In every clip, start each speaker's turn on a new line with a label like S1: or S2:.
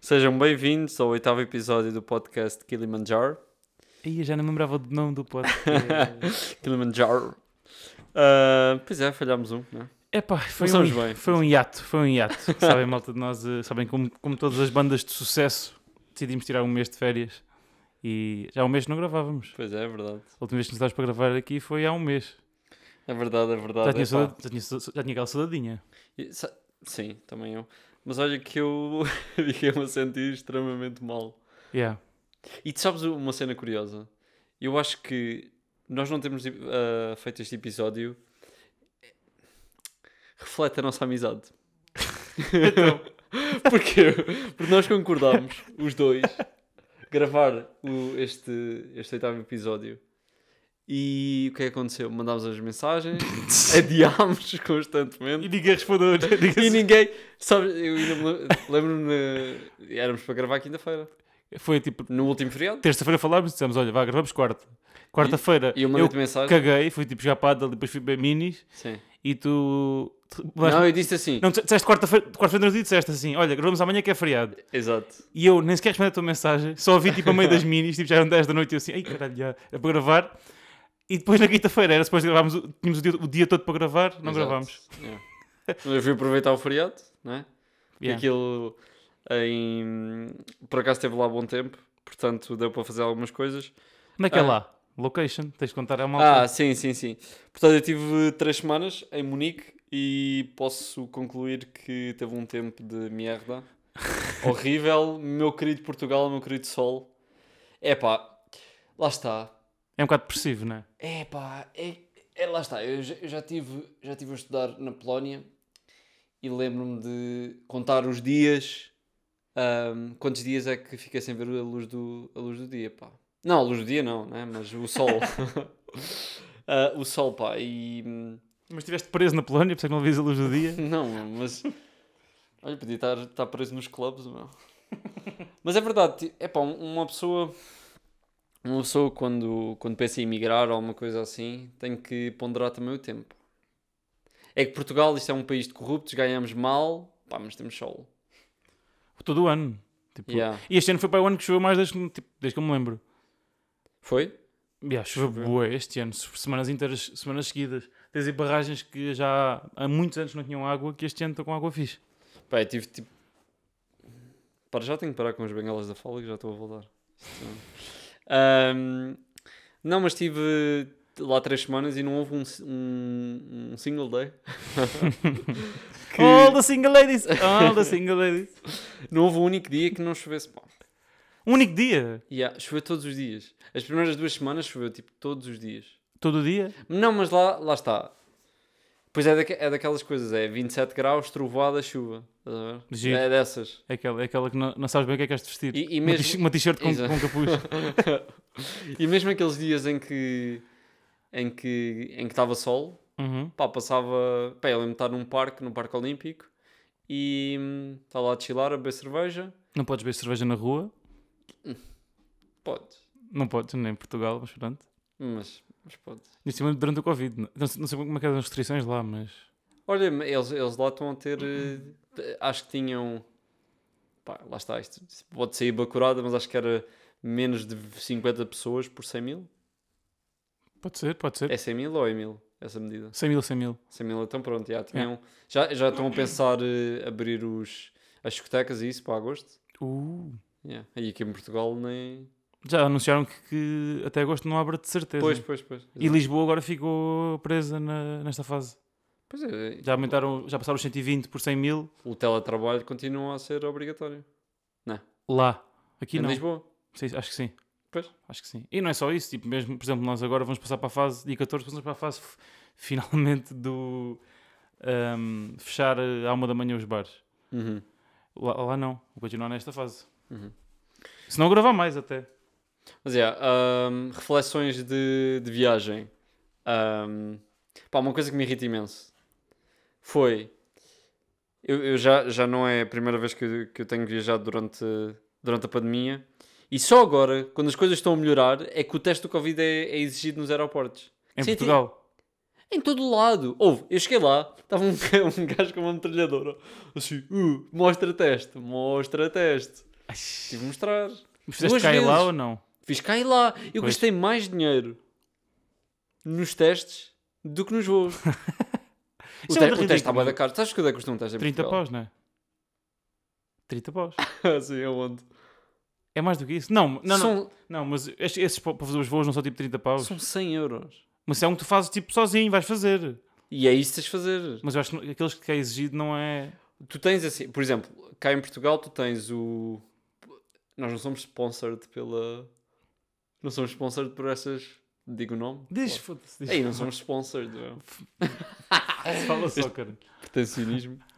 S1: Sejam bem-vindos ao oitavo episódio do podcast Kilimanjaro.
S2: Ih, eu já não me lembrava do nome do é, podcast.
S1: Kilimanjaro. Ah, pois é, falhámos um, né?
S2: Epá, foi um,
S1: Começamos bem.
S2: foi um hiato, foi um hiato. sabem, malta de nós, eh, sabem como, como todas as bandas de sucesso, decidimos tirar um mês de férias e já há um mês não gravávamos.
S1: Pois é, é verdade.
S2: A última vez que nos dás para gravar aqui foi há um mês.
S1: É verdade, é verdade.
S2: Já tinha,
S1: epá.
S2: saudade- já, tinha, sa- já tinha aquela saudadinha.
S1: E sa- Sim, também eu. Mas olha que eu fiquei-me a sentir extremamente mal.
S2: Yeah.
S1: E tu sabes uma cena curiosa? Eu acho que nós não termos ah, feito este episódio reflete a nossa amizade. então, porquê? Porque nós concordámos, os dois, gravar o- este, este oitavo episódio. E o que é que aconteceu? Mandámos as mensagens, adiámos constantemente.
S2: E ninguém respondeu.
S1: E
S2: ninguém-
S1: ninguém, sabes, eu ainda me lem- lembro-me, eh, éramos para gravar quinta-feira,
S2: Foi tipo,
S1: no último feriado.
S2: terça-feira falámos, dissemos, olha, vá, gravamos quarta. Quarta-feira
S1: E eu
S2: eu
S1: mandei-te mensagem.
S2: caguei, fui tipo já para a Adel, depois fui para Minis
S1: Sim.
S2: e tu... tu-
S1: Não, eu disse assim.
S2: Não, disseste quarta-feira, quarta-feira não disseste assim, olha, gravamos amanhã que é feriado.
S1: Exato.
S2: E eu nem sequer respondi a tua mensagem, só ouvi tipo a meio das minis, tipo já eram 10 da noite e eu assim, ai caralho, já, é para gravar. E depois na quinta-feira era suposto gravarmos, o- tínhamos o dia, o dia todo para gravar, não
S1: Exato.
S2: gravámos.
S1: Yeah. Eu fui aproveitar o feriado, né? E
S2: Yeah.
S1: aquilo em. Por acaso teve lá bom tempo, portanto deu para fazer algumas coisas.
S2: Onde é que é
S1: Ah.
S2: lá? Location, tens de contar é à
S1: Ah,
S2: malta.
S1: sim, sim, sim. Portanto, eu tive três semanas em Munique e posso concluir que teve um tempo de merda. Horrível, meu querido Portugal, meu querido Sol. Epá, lá está.
S2: É um bocado depressivo, não é?
S1: É pá, é, é- lá está. Eu, já- eu já estive já tive a estudar na Polónia e lembro-me de contar os dias. ahm, quantos dias é que fiquei sem ver a luz do, a luz do dia, pá. Não, a luz do dia não, né? mas o sol. Ah, o sol, pá. E. hum,
S2: Mas estiveste preso na Polónia, por isso é que não vês a luz do dia.
S1: Não, mas. Olha, podia estar, estar preso nos clubes, meu. Mas é verdade, ti- é pá, um- uma pessoa. Uma pessoa quando, quando pensa em emigrar ou alguma coisa assim, tem que ponderar também o tempo. É que Portugal, isto é um país de corruptos, ganhamos mal, pá, mas temos sol.
S2: Todo o ano. Tipo,
S1: Yeah.
S2: E este ano foi para o ano que choveu mais desde, que- tipo, desde que eu me lembro.
S1: Foi?
S2: Yeah,
S1: Choveu.
S2: choveu bué este ano, se- semanas inteiras, semanas seguidas. Tens aí barragens que já há muitos anos não tinham água, que este ano estão com água fixe.
S1: Pá, eu tive tipo. Para já tenho que parar com as bengalas da fala que já estou a voltar. Isto- Ahm, não, mas estive lá três semanas e não houve um, si- um, um single day. Que
S2: All the single ladies! All the single ladies!
S1: Não houve um único dia que não chovesse. Pá.
S2: Um único dia?
S1: Yeah, choveu todos os dias. As primeiras duas semanas choveu tipo todos os dias.
S2: Todo dia?
S1: Não, mas lá, lá está. Pois é, daque- é daquelas coisas, é 27 graus, trovoada, chuva. Estás a ver?
S2: Giro.
S1: É dessas.
S2: É aquela, é aquela que não, não sabes bem o que é que és de vestir.
S1: E- e
S2: Uma
S1: mesmo-
S2: t- Uma t-shirt com,
S1: Exato.
S2: com capuz.
S1: E mesmo aqueles dias em que em que em que estava sol,
S2: Uhum.
S1: pá, passava, pá, eu lembro de estar num parque, num parque olímpico e hum, está lá a chilar, a beber cerveja,
S2: Não podes beber cerveja na rua.
S1: pode,
S2: Não podes, nem em Portugal, mas pronto.
S1: mas, mas pode.
S2: E acima durante o Covid. Não, não sei- não sei como é que eram as restrições lá, mas...
S1: Olha, mas eles, eles lá estão a ter, eh, eh, acho que tinham, pá, lá está, isto pode sair bacurada, mas acho que era menos de 50 pessoas por 100 mil.
S2: Pode ser, pode ser.
S1: É 100 mil ou é mil, essa medida?
S2: 100 mil, 100 mil.
S1: 100 mil, então pronto, já, tinham, já, já estão a pensar eh, abrir os, as discotecas e isso para agosto.
S2: Uh.
S1: Yeah. E aqui em Portugal nem.
S2: Já anunciaram que, que até agosto não abre de certeza.
S1: Pois, pois, pois.
S2: E Lisboa agora ficou presa na- nesta fase.
S1: Pois é,
S2: Já aumentaram, já passaram os 120 por 100 mil
S1: o teletrabalho continua a ser obrigatório.
S2: lá. Aqui
S1: em
S2: não.
S1: Lisboa.
S2: Sim, acho que sim.
S1: Pois.
S2: Acho que sim. E não é só isso, tipo, mesmo, por exemplo, nós agora vamos passar para a fase, dia 14, passamos para a fase f- finalmente do ahm, fechar eh, à uma da manhã os bares.
S1: Uhum,
S2: Lá, lá não, vou continuar nesta fase.
S1: uhum.
S2: Se não gravar mais até.
S1: Mas é, ahm, reflexões de, de viagem. Ahm, pá, uma coisa que me irrita imenso foi. Eu, eu já, já não é a primeira vez que eu, que eu tenho viajado durante, durante a pandemia. E só agora, quando as coisas estão a melhorar, é que o teste do Covid é, é exigido nos aeroportos.
S2: Em
S1: Sim,
S2: Portugal.
S1: Em todo o lado. Houve, eu cheguei lá, estava um, um gajo com uma metralhadora. Assim, "Uh, mostra teste, mostra teste. Tive de mostrar.
S2: Fizeste
S1: Duas
S2: cá e lá
S1: vezes.
S2: ou não?
S1: Fiz cá e lá. Eu
S2: Pois.
S1: gastei mais dinheiro nos testes do que nos voos. o,
S2: Isso
S1: te
S2: é um
S1: o teste
S2: é ridículo.
S1: está bué da caro. Sabes quanto é que custa um teste em
S2: 30
S1: Portugal?
S2: paus, não é? 30 paus.
S1: Sim, aonde?
S2: É mais do que isso? Não, não, não.
S1: são,
S2: Não, mas estes- esses pa- para fazer os voos não são tipo 30 paus.
S1: são 100 euros.
S2: Mas é um que tu fazes tipo sozinho, vais fazer.
S1: E é isso que tens de fazer.
S2: Mas eu acho que não- aqueles que é exigido não é.
S1: Tu tens assim, por exemplo, cá em Portugal tu tens o. Nós não somos sponsored pela. Não somos sponsored por essas. Digo o nome?
S2: Diz, foda-se. diz.
S1: Ei, não somos sponsored. meu.
S2: Fala só, cara.
S1: Pretensionismo.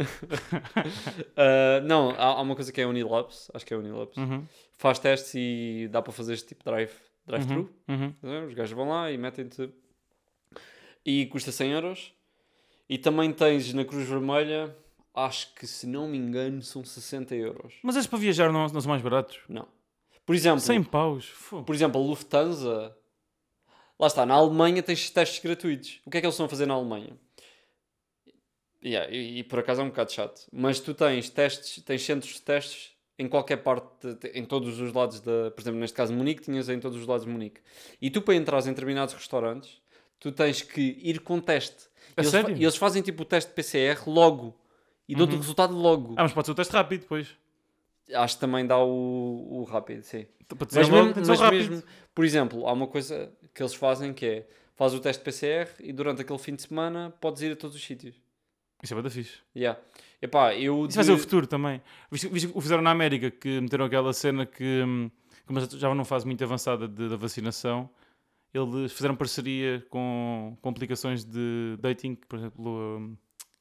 S1: Ah, não, há, há uma coisa que é a Unilabs, acho que é a Unilabs.
S2: Uhum,
S1: Faz testes e dá para fazer este tipo de drive, drive-thru.
S2: uhum, uhum.
S1: Né? Os gajos vão lá e metem-te. E custa 100 euros. E também tens na Cruz Vermelha, acho que se não me engano, são 60 euros.
S2: Mas esses para viajar não, não são mais baratos.
S1: Tipo, Não. Por exemplo,
S2: 100 paus. Fô.
S1: por exemplo, a Lufthansa. Lá está, na Alemanha tens testes gratuitos. O que é que eles estão a fazer na Alemanha? Yeah, e, e por acaso é um bocado chato. Mas tu tens testes, tens centros de testes em qualquer parte, de- em todos os lados da. Por exemplo, neste caso Munique, tinhas em todos os lados de Munique. E tu para entrares em determinados restaurantes, tu tens que ir com teste.
S2: A
S1: e, eles fa-
S2: É sério?
S1: e eles fazem tipo o teste PCR logo. E dão-te o resultado logo.
S2: Ah, mas pode ser o teste rápido depois.
S1: Acho que também dá o, o rápido, sim.
S2: Para dizer
S1: Mas,
S2: logo,
S1: mesmo,
S2: tem que ser
S1: mas
S2: rápido.
S1: mesmo, por exemplo, há uma coisa que eles fazem que é, faz o teste PCR e durante aquele fim de semana podes ir a todos os sítios.
S2: Isso é bada fixe.
S1: Yeah. Epá, eu...
S2: Isso
S1: de-
S2: vai ser o futuro também. Viste, viste o que fizeram na América, que meteram aquela cena que, hum, como já- já não fase muito avançada de- da vacinação, eles fizeram parceria com, com aplicações de dating, por exemplo, hum,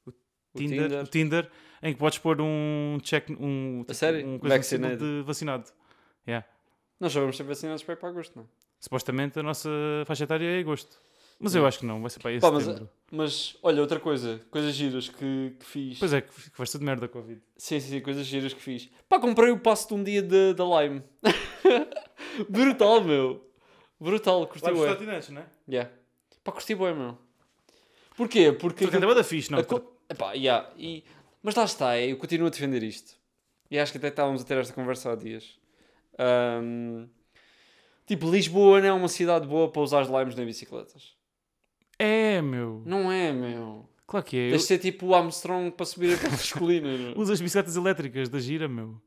S1: o
S2: Tinder,
S1: Tinder.
S2: o Tinder, em que podes pôr um check, um, tipo,
S1: sério?
S2: um coisa no
S1: Vacinado.
S2: símbolo de vacinado. Yeah.
S1: Nós já vamos ser vacinados para ir para agosto, não é?
S2: Supostamente a nossa faixa etária é agosto. Mas eu
S1: Yeah.
S2: acho que não, vai ser para esse
S1: Pá, mas- eh,
S2: setembro.
S1: Mas, olha, outra coisa, coisas giras que, que fiz.
S2: Pois é, que que vai ser de merda a Covid.
S1: Sim, sim, sim, coisas giras que fiz. Pá, comprei o passo de um dia da da Lime. Brutal, meu. Brutal, curti bué.
S2: patinantes, não é?
S1: Yeah. Pá, curti bué, meu. Porquê? Porque...
S2: Porque
S1: aquilo-
S2: é da fixe, não?
S1: A co- Epá, yeah, e- Mas lá está, eu continuo a defender isto. E acho que até estávamos a ter esta conversa há dias. Ahm, Tipo, Lisboa não é uma cidade boa para usar limes nem bicicletas.
S2: É, meu.
S1: Não é, meu.
S2: Claro que é.
S1: Tens de ser tipo o Armstrong para subir aquelas colinas. meu.
S2: Usa as bicicletas elétricas da gira, meu.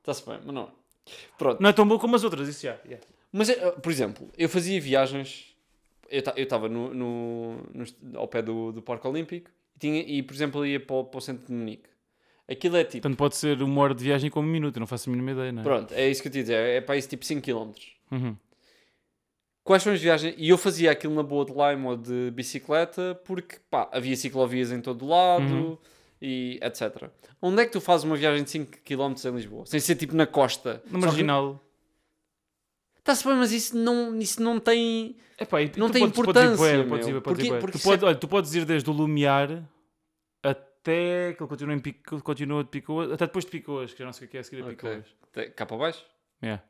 S1: Está-se bem, mas não é. Pronto.
S2: Não é tão bom como as outras, isso já.
S1: Mas, eh, por exemplo, eu fazia viagens. Eu ta- eu estava no, no, no est- ao pé do, do Parque Olímpico e, tinha, e, por exemplo, ia para o, para o centro de Munique. Aquilo é tipo.
S2: Portanto, pode ser uma hora de viagem como um minuto, eu não faço a mínima ideia, não é?
S1: Pronto, é isso que eu te ia dizer. É para isso tipo 5km.
S2: Uhum.
S1: Quais são as viagens? E eu fazia aquilo na boa de Lime ou de bicicleta porque pá, havia ciclovias em todo lado
S2: Uhum.
S1: e etc. Onde é que tu fazes uma viagem de 5km em Lisboa? Sem ser tipo na costa.
S2: No marginal.
S1: Está-se bem, mas isso não, isso não tem.
S2: Epá, e tu
S1: Não tem
S2: podes- podes ir
S1: importância,
S2: bué,
S1: meu.
S2: podes ir bué, podes
S1: Porque-
S2: ir bué.
S1: porque
S2: Tu
S1: se-
S2: podes- Olha, tu podes ir desde o Lumiar até que ele continua, em Pico- que continua de Picoas, até depois de Picoas, que eu não sei o que é a seguir a
S1: Ok.
S2: Picoas.
S1: Tem- Cá para baixo?
S2: Yeah,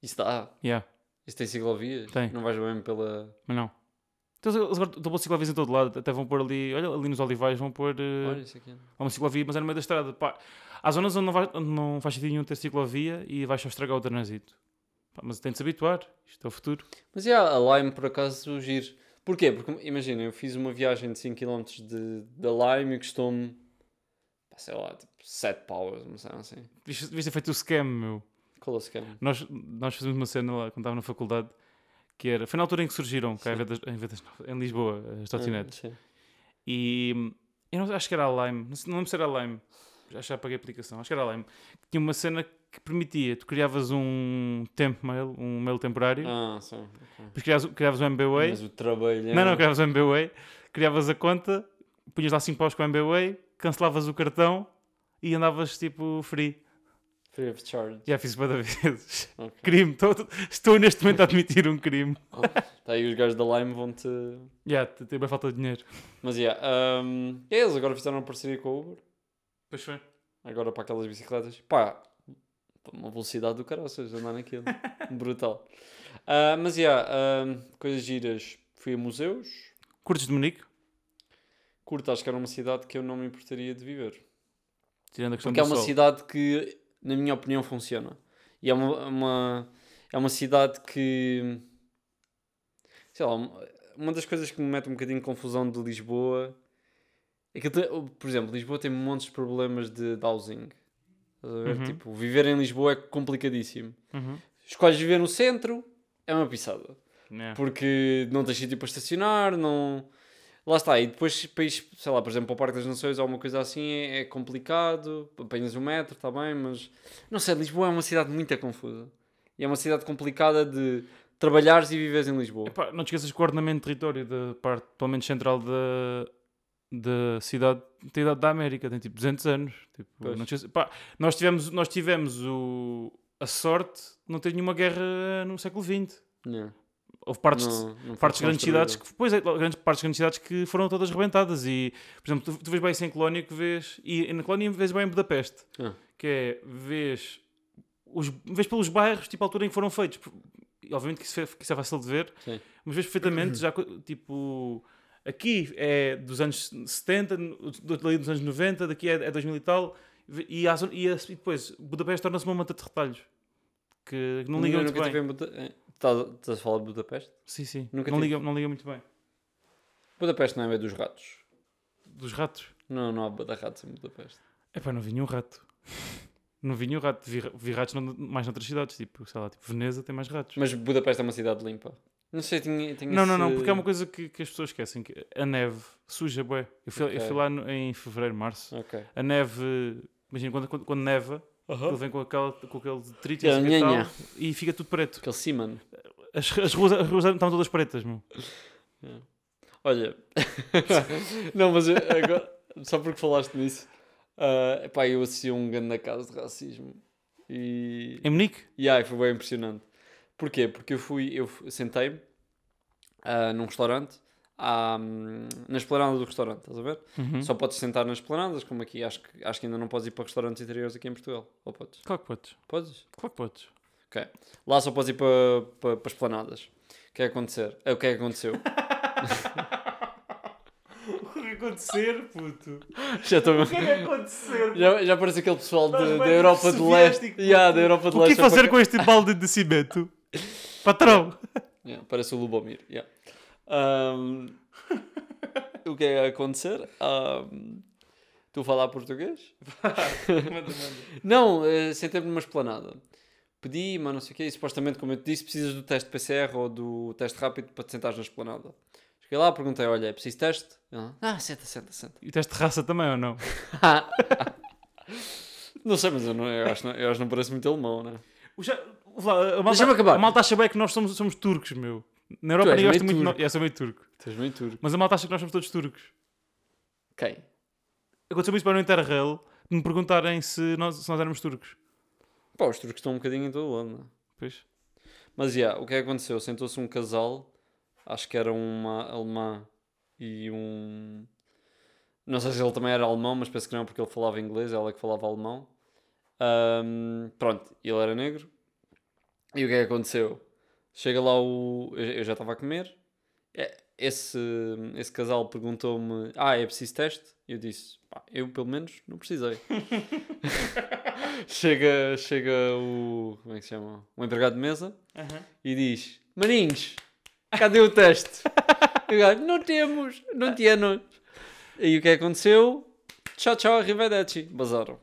S1: Isso dá.
S2: yeah,
S1: Isso tem ciclovias?
S2: Tem.
S1: Não vais bem pela.
S2: mas não. Então, eles agora estão a pôr ciclovias em todo lado, até vão pôr ali, olha, ali nos olivais vão pôr... eh,
S1: Olha isso aqui.
S2: Há uma ciclovia, mas é no meio da estrada. Pá, há zonas onde não, vai, onde não faz sentido nenhum ter ciclovia e vais só estragar o trânsito. Pá, mas tem de se habituar. Isto é o futuro.
S1: Mas é, a Lime por acaso giro. Porquê? Porque imagina, eu fiz uma viagem de 5km de, da Lime e custou-me, pá, sei lá, tipo 7 paus, não sei, não sei.
S2: Isto devias ter feito o scam, meu.
S1: Qual é o scam?
S2: Nós, nós fizemos uma cena lá quando estava na faculdade que era. Foi na altura em que é surgiram cá em, Vedas, em, Vedas, em Lisboa eh, as trotinetes.
S1: Ah, sim.
S2: E hum, eu não- acho que era a Lime, não sei- não lembro se era a Lime, acho que já paguei a aplicação, acho que era a Lime, que tinha uma cena que permitia, tu criavas um temp mail, um mail temporário,
S1: Ah, sim. ok.
S2: depois criavas, criavas um MBWay,
S1: Mas o trabalho. é-
S2: Não, não, criavas o MBWay, criavas a conta, punhas lá 5 paus com o MBWay, cancelavas o cartão e andavas tipo free.
S1: Free of charge.
S2: Já fiz isso bué de vezes.
S1: Ok.
S2: Crime, estou, estou neste momento a admitir um crime.
S1: Tá aí os gajos da Lime vão-te.
S2: Já, te tem bem falta de dinheiro.
S1: Mas yeah, ahm, é, eles agora fizeram uma parceria com a Uber.
S2: Pois foi.
S1: Agora para aquelas bicicletas. Pá, uma velocidade do caraças andar naquilo. Brutal. Ah, mas yeah, ahm, coisas giras. Fui a museus.
S2: Curtes de Munique?
S1: Curto, acho que era uma cidade que eu não me importaria de viver.
S2: Tirando a questão
S1: Porque é
S2: do
S1: uma
S2: sol.
S1: cidade que na minha opinião, funciona. E é uma, uma- é uma cidade que. Sei lá, um- uma das coisas que me mete um bocadinho em confusão de Lisboa é que, até- por exemplo, Lisboa tem montes de problemas de, de housing. Estás a ver?
S2: Uhum.
S1: Tipo, viver em Lisboa é complicadíssimo.
S2: Uhum.
S1: Escolhes viver no centro, é uma pisada
S2: Yeah.
S1: porque não tens sítio para estacionar, não. Lá está, e depois, para ir, sei lá, por exemplo, para o Parque das Nações ou alguma coisa assim é, é complicado, apanhas um metro, está bem, mas não sei, Lisboa é uma cidade muito confusa e é uma cidade complicada de trabalhares e viveres em Lisboa.
S2: Epá, não te esqueças que o ordenamento de território da parte, pelo menos central da, da cidade, tem idade da América, tem tipo 200 anos. Tipo,
S1: Pois.
S2: não te esqueças- pá, nós tivemos, nós tivemos o, a sorte de não ter nenhuma guerra no século XX.
S1: Yeah.
S2: Houve partes, de-
S1: É. Não- não foi
S2: partes de grandes cidades
S1: construída.
S2: que depois é, grandes partes de grandes cidades que foram todas rebentadas e por exemplo tu, tu vês bem isso em Colónia que vês e e na Colónia vês bem em Budapeste
S1: Ah.
S2: que é vês os vês pelos bairros tipo a altura em que foram feitos Por- e obviamente que isso, é, que isso é fácil de ver
S1: Sim.
S2: mas vês perfeitamente já co- tipo aqui é dos anos 70 do outro lado dos anos 90 daqui é, é 2000 e tal e, há zon- e, a- e depois Budapeste torna-se uma manta de retalhos que não liga
S1: Eu
S2: muito
S1: nunca
S2: bem
S1: tive em Buda- eh, Estás estás a falar de Budapeste?
S2: sim sim
S1: Nunca
S2: não
S1: tive.
S2: liga não liga muito bem
S1: Budapeste não é meio dos ratos.
S2: dos ratos
S1: Não, não há bada-ratos em Budapeste.
S2: Epá, não vi nenhum rato. Não vi nenhum rato. Vi, vi ratos não- mais noutras cidades, tipo, sei lá, tipo, Veneza tem mais ratos.
S1: Mas Budapeste é uma cidade limpa. Não sei, tinha, tinha
S2: não, não,
S1: esse-
S2: não, porque é uma coisa que, que as pessoas esquecem, que a neve suja, bué. Eu fui, eu
S1: Ok.
S2: fui lá no- em fevereiro, março.
S1: Ok.
S2: A neve, imagina, quando, quando, quando neva, ele vem com, aquela, com aquele detrito e
S1: Aquela
S2: não sei o quê e
S1: nhanhã.
S2: tal, e fica tudo preto.
S1: Aquele Simon.
S2: As, as ruas as ruas estão todas pretas, meu.
S1: Olha, não, mas eu- agora, só porque falaste nisso, ah, epá, eu assisti a um grande caso de racismo e,
S2: Em Munique?
S1: e ai, foi bem impressionante. Porquê? Porque eu fui, eu fu- sentei-me ah, num restaurante, à, hum, na esplanada do restaurante, estás a ver?
S2: Uhum.
S1: Só podes sentar nas esplanadas, como aqui, acho que, acho que ainda não podes ir para restaurantes interiores aqui em Portugal, ou podes?
S2: Claro que podes.
S1: Podes?
S2: Claro que podes.
S1: Lá só podes ir para, para, para esplanadas. O que é que acontecer? Ah, O que é que aconteceu?
S2: O que vai acontecer, puto?
S1: Já estou
S2: O que é que vai acontecer,
S1: Já, já parece aquele pessoal de-
S2: Mas,
S1: da
S2: mano,
S1: Europa de Leste.
S2: soviético,
S1: Yeah, da Europa de
S2: O que
S1: Leste. é
S2: fazer
S1: pra-
S2: com este balde de cimento? Patrão!
S1: Yeah, parece o Lubomir. yeah. Ahm, o que é a acontecer? Ahm, tu falar português? Não, eh, sentei-me numa esplanada. Pedi, mas não sei o quê. E supostamente, como eu te disse, precisas do teste PCR ou do teste rápido para te sentares na esplanada. Cheguei lá, perguntei, olha, é preciso teste? Ele, ah, senta, senta, senta.
S2: E teste de raça também ou não?
S1: Não sei, mas eu, não, eu, acho, eu acho que não parece muito alemão, né?
S2: O já- ouve lá, a malta,
S1: Deixa-me acabar.
S2: a malta acha bem que nós somos, somos turcos, meu. Na Europa
S1: és
S2: nem gosta
S1: meio
S2: muito. de
S1: turco.
S2: nós- É, sou meio turco.
S1: Estás meio turco.
S2: Mas a malta acha que nós somos todos turcos.
S1: Quem?
S2: Aconteceu-me isso para no Interrail de me perguntarem se nós, se nós éramos turcos.
S1: Pá, os turcos estão um bocadinho em todo lado, né?
S2: Pois.
S1: Mas, já, o que é que aconteceu? Sentou-se um casal, acho que era uma alemã e um... Não sei se ele também era alemão, mas penso que não, porque ele falava inglês, ela é que falava alemão. Ahm, pronto, ele era negro. E o que é que aconteceu? Chega lá o... Eu eu já estava a comer. É- Esse, esse casal perguntou-me, ah, é preciso teste? Eu disse, pá, eu pelo menos não precisei. chega, chega o... Como é que se chama? O empregado de mesa e diz: Maninhos, cadê o teste? E o gajo, não temos, não temos. E o que é que aconteceu? Tchau, tchau, arrivederci. Bazaram.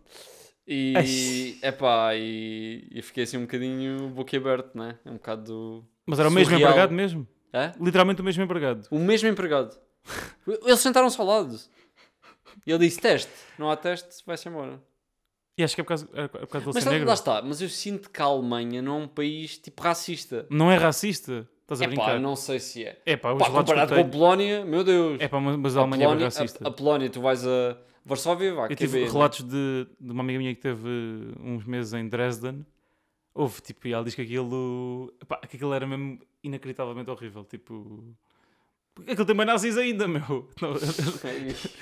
S1: E, epá, e, e fiquei assim um bocadinho boquiaberto, né? É um bocado.
S2: Mas era o mesmo
S1: Surreal.
S2: empregado mesmo.
S1: Hã?
S2: Literalmente o mesmo empregado.
S1: O mesmo empregado. Eles sentaram-se ao lado. E ele disse: teste, não há teste, vai-se embora.
S2: E acho que é por causa, é por causa dele
S1: Mas um-
S2: ser
S1: lá,
S2: negro.
S1: lá está, mas eu sinto que a Alemanha não é um país tipo racista.
S2: Não é racista. Estás a
S1: Epá,
S2: brincar.
S1: não sei se é.
S2: É pá, os
S1: Pá,
S2: relatos que eu
S1: comparado com a
S2: tenho.
S1: Polónia, meu Deus.
S2: É pá, mas mas
S1: A
S2: a Alemanha é bem
S1: Polónia-
S2: racista. tipo,
S1: A, a Polónia, tu vais a Varsóvia, vá,
S2: Eu
S1: quer
S2: tive
S1: ver, né?
S2: relatos de, de uma amiga minha que teve eh, uns meses em Dresden. Houve, tipo, e ela diz que aquilo, pá, que aquilo era mesmo inacreditavelmente horrível. Tipo, porque aquilo tem mais nazis ainda, meu. Não,
S1: né?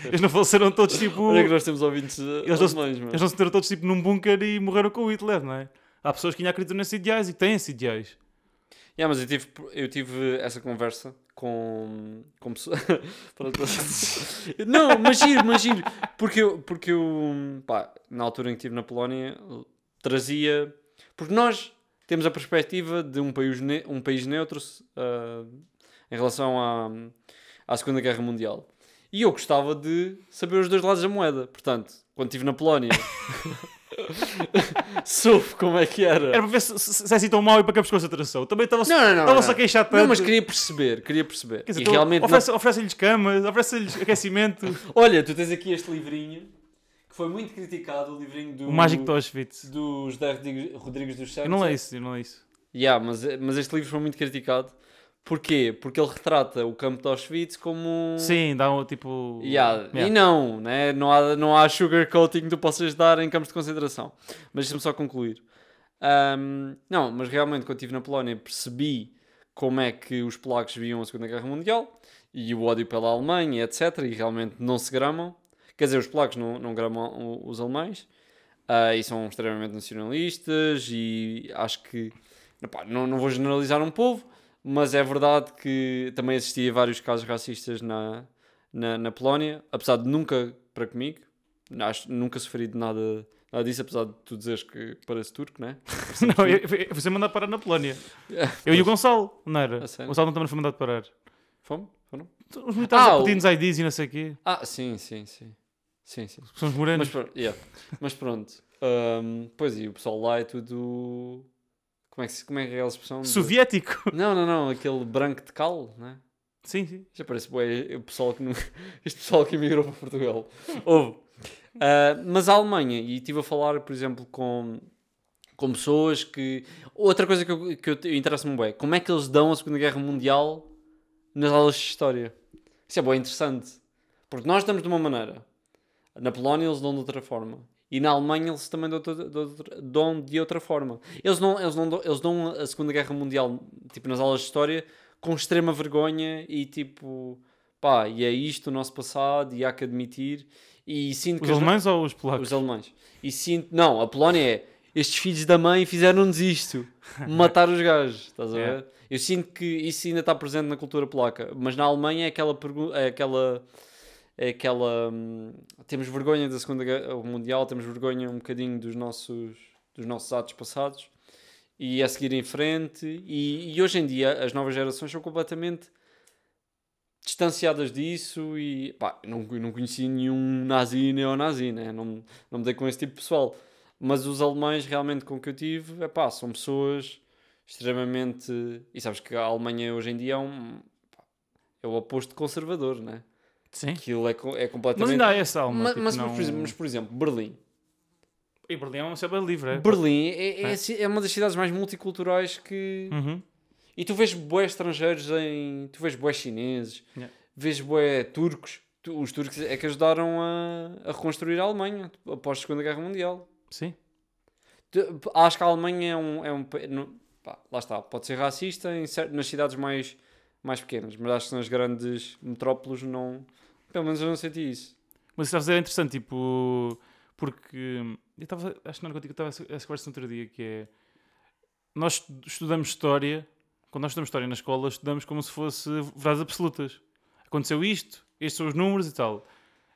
S2: eles não faleceram todos, tipo,
S1: Olha que nós temos ouvintes
S2: Eles
S1: eles
S2: não-
S1: alemães, mano.
S2: eles não se meteram todos, tipo, num bunker e morreram com o Hitler, não é? Há pessoas que ainda acreditam nesses ideais e têm esses ideais.
S1: Yeah, mas eu tive, eu tive essa conversa com, com pessoas... não, mas giro, mas giro. Porque eu, porque eu, pá, na altura em que estive na Polónia, trazia. Porque nós temos a perspectiva de um país, ne- um país neutro ah, em relação à, à Segunda Guerra Mundial. E eu gostava de saber os dois lados da moeda. Portanto, quando estive na Polónia, soube como é que
S2: Era para ver se, se, se é assim tão mau e para que a pescoça traçou. Também estava-se
S1: Não, não, não,
S2: estava-se
S1: não.
S2: a queixar tanto.
S1: Não, mas queria perceber, queria perceber.
S2: Quer dizer,
S1: e
S2: tu-
S1: realmente. não-
S2: oferece- Oferece-lhes camas, oferece-lhes aquecimento.
S1: Olha, tu tens aqui este livrinho que foi muito criticado o livrinho do.
S2: o mágico de Auschwitz.
S1: do José Rodrigues, Rodrigues dos Santos.
S2: Eu não leio isso, eu não leio isso.
S1: Yeah, mas, mas este livro foi muito criticado. Porquê? Porque ele retrata o campo de Auschwitz como.
S2: Sim, dá um tipo.
S1: Yeah.
S2: Yeah.
S1: E não, né? não há, não há sugarcoating que tu possas dar em campos de concentração. Mas deixa-me só concluir. Ahm, não, mas realmente quando estive na Polónia percebi como é que os polacos viam a Segunda Guerra Mundial e o ódio pela Alemanha, etc. E realmente não se gramam. Quer dizer, os polacos não, não gramam o- os alemães ah, e são extremamente nacionalistas e acho que... Epá, não, não vou generalizar um povo, mas é verdade que também existia vários casos racistas na, na, na Polónia, apesar de nunca para comigo, acho, nunca sofri de nada, nada disso, apesar de tu dizeres que parece turco, né?
S2: Não, eu, eu- eu fui mandar parar na Polónia. Eu e o Gonçalo, não era?
S1: A sério?
S2: O Gonçalo também foi mandado parar.
S1: Fome? Foram?
S2: Os militares
S1: Ah,
S2: a
S1: o-
S2: pedir-nos IDs e não sei o quê.
S1: Ah, sim, sim, sim. Sim, sim.
S2: Somos
S1: Mas,
S2: morenos.
S1: pro- yeah. Mas pronto. Ahm, pois e o pessoal lá é tudo. Como é que, se- como é, que é a expressão? de-
S2: Soviético.
S1: Não, não, não. Aquele branco de cal, né?
S2: Sim, sim.
S1: Já parece bué, é o pessoal que não... este pessoal que emigrou para Portugal. Houve. Ah, mas a Alemanha, e estive a falar, por exemplo, com, com pessoas que. Outra coisa que eu, que eu, eu interessa-me bem, como é que eles dão a Segunda Guerra Mundial nas aulas de História? Isso é bem interessante. Porque nós damos de uma maneira. Na Polónia eles dão de outra forma. E na Alemanha eles também dão de outra, de outra- dão de outra forma. Eles, não, eles, não, dão- eles dão a Segunda Guerra Mundial, tipo, nas aulas de História, com extrema vergonha e tipo... Pá, e é isto o nosso passado e há que admitir. E sinto
S2: Os
S1: que... as-
S2: alemães ou os polacos?
S1: os alemães. E sinto... Não, a Polónia é... Estes filhos da mãe fizeram-nos isto. Matar os gajos. Estás a ver?
S2: Yeah.
S1: Eu sinto que isso ainda está presente na cultura polaca. Mas na Alemanha é aquela... pergu- É aquela... É aquela... hum, Temos vergonha da Segunda Guerra Mundial. Temos vergonha um bocadinho dos nossos... Dos nossos atos passados. E a seguir em frente. E, e hoje em dia as novas gerações são completamente distanciadas disso e pá, eu não, eu não conheci nenhum nazi neonazi, né? não, me- não me dei com esse tipo de pessoal. Mas os alemães realmente com que eu tive, é pá, são pessoas extremamente. E sabes que a Alemanha hoje em dia é, um, pá, é o oposto de conservador, né?
S2: Sim.
S1: Aquilo é, co- é
S2: Mas
S1: completamente.
S2: ainda há essa alma.
S1: Ma-
S2: tipo,
S1: mas,
S2: não...
S1: por exemplo, mas, por exemplo, Berlim.
S2: E Berlim é um céu livre, é?
S1: Berlim é, é,
S2: É.
S1: a ci- é uma das cidades mais multiculturais que,
S2: Uhum.
S1: E tu vês boé estrangeiros em. Tu vês boé chineses,
S2: Yeah.
S1: vês boé turcos. Tu- os turcos é que ajudaram a, a reconstruir a Alemanha após a Segunda Guerra Mundial.
S2: Sim.
S1: Tu- acho que a Alemanha é um. É um pa- não- pá, lá está, pode ser racista em cer- nas cidades mais, mais pequenas, mas acho que nas grandes metrópoles não. Pelo menos eu não senti isso.
S2: Mas isso era interessante, tipo, porque hum, eu estava, acho que não contigo, estava a essa- essa conversa no outro dia, que é nós estu- estudamos história, quando nós estudamos história na escola, estudamos como se fosse verdades absolutas. Aconteceu isto, estes são os números e tal.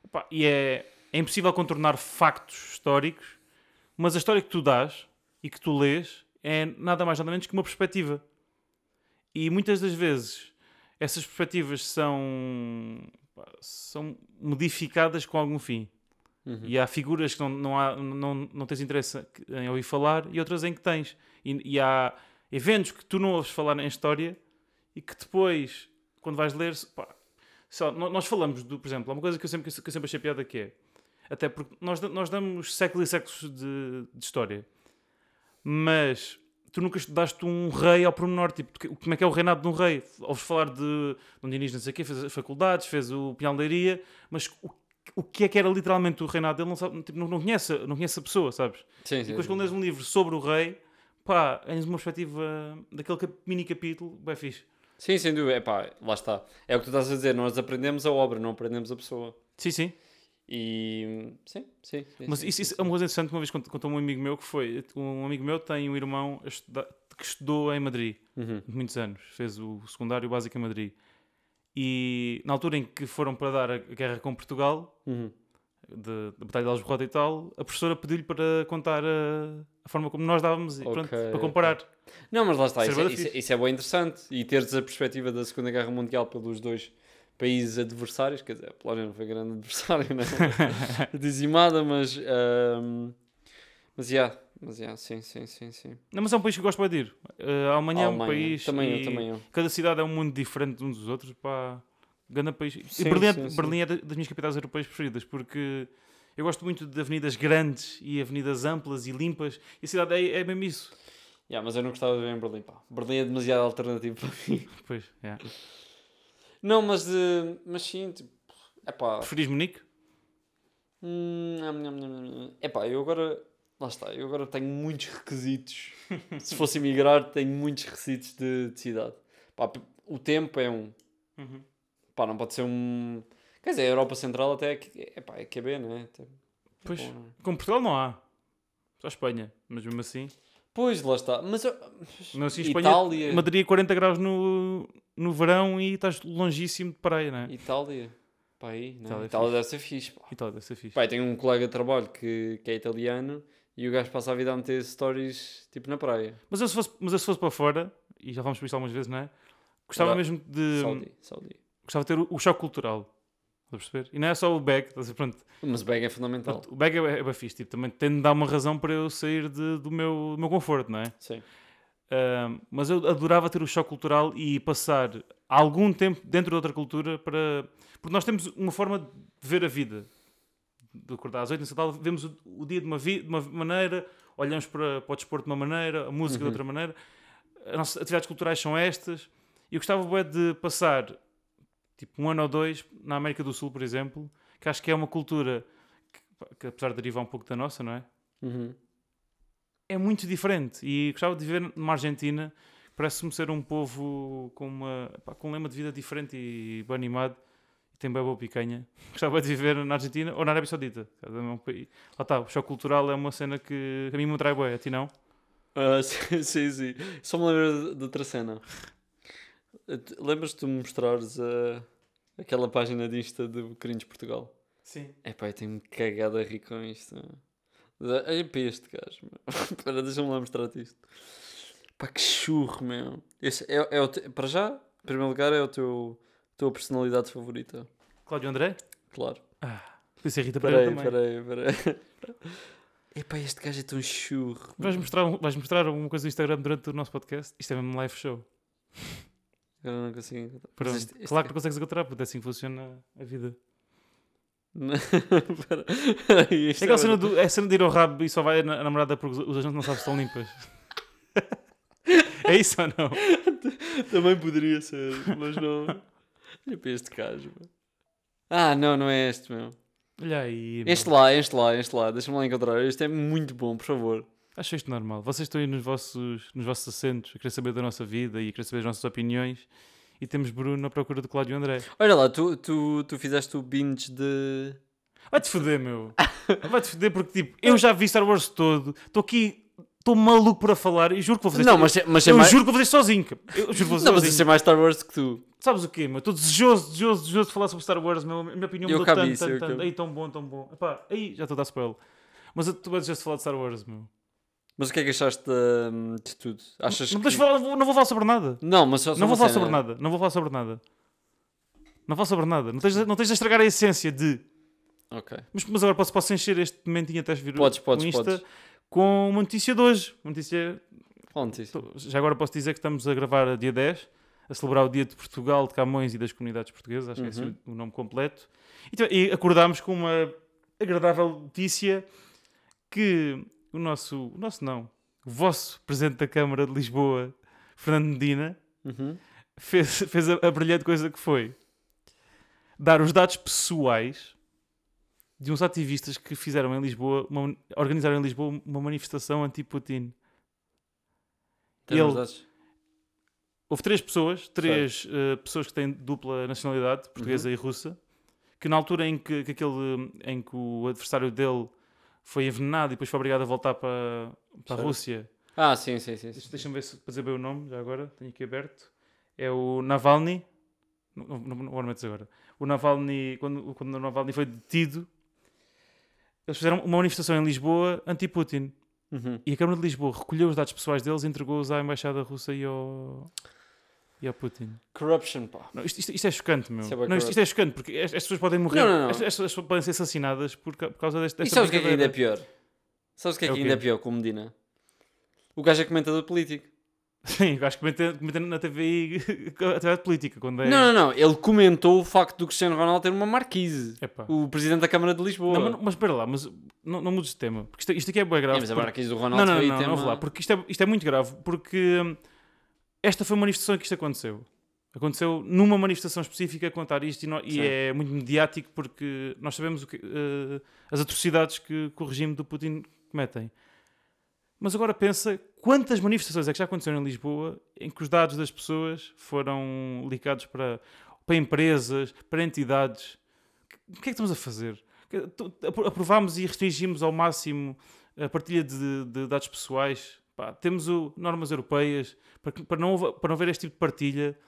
S2: Epá, e é, é impossível contornar factos históricos, mas a história que tu dás e que tu lês é nada mais nada menos que uma perspectiva. E muitas das vezes essas perspectivas são pá, são modificadas com algum fim. E há figuras que não, não, há, não, não tens interesse em ouvir falar e outras em que tens. E, e há eventos que tu não ouves falar em história e que depois, quando vais ler, se- pá, só, nó- nós falamos, do, por exemplo, há uma coisa que eu sempre, que eu sempre achei piada que é, até porque nós, da- nós damos séculos e séculos de, de história, mas tu nunca estudaste um rei ao pormenor, tipo, que- como é que é o reinado de um rei? Ouves falar de Dom Dinis, não sei o quê, fez as faculdades, fez o Pinhal de Leiria, mas o, o que é que era literalmente o reinado dele, não, sabe, tipo, não, não conhece, não conhece a pessoa, sabes?
S1: Sim,
S2: E depois quando lês um livro sobre o rei, pá, tens uma perspectiva daquele cap- mini capítulo, bem fixe.
S1: Sim, sem dúvida. Epá, lá está. É o que tu estás a dizer, nós aprendemos a obra, não aprendemos a pessoa.
S2: Sim, sim.
S1: E. Sim, sim. sim,
S2: Mas
S1: sim,
S2: isso,
S1: sim,
S2: isso
S1: sim.
S2: é uma coisa interessante, uma vez cont- contou um amigo meu que foi, um amigo meu tem um irmão a estuda- que estudou em Madrid,
S1: Uhum.
S2: muitos anos, fez o secundário básico em Madrid. E na altura em que foram para dar a guerra com Portugal,
S1: Uhum.
S2: de- da Batalha de Aljubarrota e tal, a professora pediu-lhe para contar a, a forma como nós dávamos, e pronto,
S1: Ok,
S2: para
S1: ok.
S2: comparar.
S1: Não, mas lá está,
S2: Ser
S1: isso, é-
S2: bué da
S1: isso é-
S2: fixe.
S1: isso é bem interessante. E teres a perspectiva da Segunda Guerra Mundial pelos dois países adversários, quer dizer, a Polónia não foi grande adversário, né? Dizimada, mas. ahm, mas já, mas já, sim, sim, sim, sim.
S2: Não, mas é um país que eu gosto bué de ir. Eh, a Alemanha, é um
S1: Alemanha,
S2: país.
S1: Também
S2: e
S1: eu, também eu.
S2: Cada cidade é um mundo diferente de uns dos outros. Pá. Grande país.
S1: Sim,
S2: e Berlim, é-
S1: sim, sim.
S2: Berlim é da- das minhas capitais europeias preferidas, porque eu gosto muito de avenidas grandes e avenidas amplas e limpas. E a cidade é, é mesmo isso.
S1: Já, mas eu não gostava de ver em Berlim, pá. Berlim é demasiado alternativo para mim.
S2: Pois, é.
S1: Não, mas, eh, mas sim, tipo. É pá.
S2: Preferis Munique?
S1: Hum, nham, nham, nham, nham, nham. Epá, eu agora. Lá está, eu agora tenho muitos requisitos. Se fosse emigrar, tenho muitos requisitos de, de cidade. Pá, p- o tempo é um.
S2: Uhum.
S1: Pá, não pode ser um. Quer dizer, a Europa Central até é, que- epá, é QB, não é? Até- é
S2: Pois.
S1: bom, não é?
S2: Com Portugal não há. Só Espanha. Mas mesmo assim.
S1: Pois, lá está. Mas eu-
S2: Não assim, Espanha.
S1: Itália.
S2: Madrid é 40 graus no, no verão e estás longíssimo de praia, não é?
S1: Itália. Pá, aí, não é?
S2: Itália é
S1: Itália, deve ser fixe. Pá.
S2: Itália, deve ser fixe.
S1: Pá, eu tenho um colega de trabalho que, que é italiano e o gajo passa a vida a meter stories tipo na praia.
S2: Mas eu, se fosse, mas eu se fosse para fora, e já falamos sobre isto algumas vezes, não é? Gostava
S1: Era-
S2: mesmo de. hum,
S1: Saudi, Saudi.
S2: Gostava de ter o, o choque cultural. Estás a perceber? E não é só o bag, estás a dizer, pronto,
S1: Mas bag é fundamental.
S2: pronto, o bag é, é bem fixe, tipo, também tem de dar uma razão para eu sair de- do, meu, do meu conforto, não é?
S1: Sim.
S2: Ahm, mas eu adorava ter o choque cultural e passar algum tempo dentro de outra cultura para. Porque nós temos uma forma de ver a vida. De acordar às 8 na tal, vemos o, o dia de uma, vi- de uma maneira, olhamos para, para o desporto de uma maneira, a música de outra maneira. As nossas atividades culturais são estas. E eu gostava bué, de passar tipo um ano ou dois na América do Sul, por exemplo, que acho que é uma cultura que, que apesar de derivar um pouco da nossa, não é?
S1: Uhum.
S2: é muito diferente. E gostava de viver numa Argentina, que parece-me ser um povo com, uma, pá, com um lema de vida diferente e bem animado. E tem bem boa picanha. Gostava de viver na Argentina ou na Arábia Saudita. Cada um é um país. Lá está, o choque cultural é uma cena que a mim me atrai bem, a ti não.
S1: Ah, sim, sim, sim. Só me lembro de- de outra cena. Eh, te- Lembras-te de me mostrares a- aquela página de Insta de Bocarinhos Portugal?
S2: Sim.
S1: Epá, eu tenho-me cagado a rir com isto. meu. Da- Olha para este gajo, meu. Espera, deixa-me lá mostrar-te isto. Pá, que churro, meu. Esse é, é o te- Para já, em primeiro lugar, é o teu tua personalidade favorita.
S2: Cláudio André?
S1: Claro.
S2: Podia ser Rita Pereira
S1: Peraí,
S2: também.
S1: peraí, peraí. Epá, este gajo é tão churro. meu.
S2: Vais mostrar, um- vais mostrar alguma coisa no Instagram durante o nosso podcast? Isto é mesmo live show.
S1: Agora não consigo encontrar. Mas
S2: Pronto.
S1: este- este
S2: claro que não consegues encontrar, porque é assim que funciona a vida.
S1: Não, pera- peraí,
S2: É
S1: isto
S2: aquela
S1: é
S2: cena,
S1: verdade.
S2: do, é a cena de ir ao rabo e só vai a na- a namorada porque os- os agentes não sabem se estão limpas. é isso ou não?
S1: Também poderia ser, mas não. Olha para este caso. Ah, não, não é este, meu.
S2: Olha aí.
S1: Este
S2: meu.
S1: lá, este lá, este lá. Deixa-me lá encontrar. Este é muito bom, por favor.
S2: Acho isto normal. Vocês estão aí nos vossos, nos vossos assentos a querer saber da nossa vida e a querer saber as nossas opiniões. E temos Bruno à procura de Cláudio André.
S1: Olha lá, tu, tu, tu fizeste o binge de.
S2: Vai-te foder, meu. Vai-te foder porque, tipo, eu já vi Star Wars todo. Estou aqui, estou maluco para falar e juro que vou fazer
S1: Não, mas, é- mas é
S2: Eu
S1: mais.
S2: juro que vou fazer isto sozinho. cara. Eu juro que vou fazer
S1: Não, mas
S2: sozinho.
S1: isso é mais Star Wars que tu.
S2: Sabes o quê, meu? Estou desejoso, desejoso, desejoso de falar sobre Star Wars. Meu, a minha opinião
S1: Eu
S2: mudou
S1: cabe
S2: tanto,
S1: isso,
S2: tanto,
S1: eu
S2: tanto.
S1: cabe.
S2: Aí, tão bom, tão bom. Epá, aí, já estou a dar spoiler. Mas eu estou desejoso de falar de Star Wars, meu.
S1: Mas o que é que achaste hum, de, tudo? Achas
S2: Não,
S1: que.
S2: tens de falar- não vou- não vou falar sobre nada.
S1: Não, mas só, só uma
S2: não vou falar
S1: cena.
S2: sobre nada. Não vou falar sobre nada. Não falo sobre nada. Não tens, de- não tens de estragar a essência de...
S1: Ok.
S2: Mas, mas agora posso, posso encher este momentinho até vir o-
S1: Podes,
S2: o
S1: podes,
S2: Insta
S1: podes.
S2: com uma notícia de hoje. Uma notícia...
S1: Pronto, isso.
S2: Tô- Então, Já agora posso dizer que estamos a gravar a dia 10, a celebrar o dia de Portugal, de Camões e das comunidades portuguesas, acho que é
S1: Uhum.
S2: esse o o nome completo. E, tam- e acordámos com uma agradável notícia que o nosso, o nosso não, o vosso Presidente da Câmara de Lisboa, Fernando Medina,
S1: Uhum.
S2: fez, fez a, a brilhante coisa que foi dar os dados pessoais de uns ativistas que fizeram em Lisboa, uma- organizaram em Lisboa uma manifestação anti-Putin.
S1: Tem
S2: Ele-
S1: uns dados?
S2: Houve três pessoas, três eh, pessoas que têm dupla nacionalidade, portuguesa
S1: Uhum.
S2: e russa, que na altura em que, que aquele, em que o adversário dele foi envenenado e depois foi obrigado a voltar para, para a
S1: Certo.
S2: Rússia.
S1: Ah, sim, sim, sim. sim.
S2: Deixa- Deixa-me ver se para dizer bem o nome, já agora, tenho aqui aberto. É o Navalny. Não, não, não, não, não, não, não, não, não, agora. O Navalny, quando, quando o Navalny foi detido, Eles fizeram uma manifestação em Lisboa anti-Putin.
S1: Uhum.
S2: E a Câmara de Lisboa recolheu os dados pessoais deles e entregou-os à Embaixada Russa e ao, e ao Putin.
S1: Corruption, pá.
S2: Não, isto, isto- isto é chocante, meu.
S1: Isso é bué
S2: não, isto, isto é chocante, porque as, as pessoas podem morrer.
S1: Não, não, não.
S2: As, as pessoas podem ser assassinadas por, ca- por causa deste,
S1: E
S2: desta
S1: sabes o que é que ainda é
S2: brincadeira.
S1: pior? Sabes o que é
S2: É
S1: que
S2: o quê?
S1: ainda é pior com o Medina? O gajo é comentador político.
S2: Sim, o gajo comenta, comenta na TVI atividade política, quando é...
S1: Não, não, não. Ele comentou o facto do Cristiano Ronaldo ter uma marquise.
S2: Epá.
S1: O presidente da Câmara de Lisboa.
S2: Não, mas, mas espera lá, mas não, não mudes de tema. Porque isto, isto aqui é bué grave.
S1: É, mas a
S2: porque-
S1: marquise do
S2: Não,
S1: Ronaldo
S2: não,
S1: foi
S2: não,
S1: tema...
S2: não, vou lá, porque isto é, isto é muito grave, porque hum, esta foi uma manifestação em que isto aconteceu. Aconteceu numa manifestação específica a contar isto e, nó- e
S1: Sim.
S2: é muito mediático porque nós sabemos o que, eh, as atrocidades que, que o regime do Putin cometem. Mas agora pensa quantas manifestações é que já aconteceram em Lisboa em que os dados das pessoas foram licados para, para empresas, para entidades. O que é que estamos a fazer? Que- tu- apro- Aprovámos e restringimos ao máximo a partilha de, de dados pessoais. Pá, temos o- normas europeias para, que- para, não, houve- para não haver este tipo de partilha.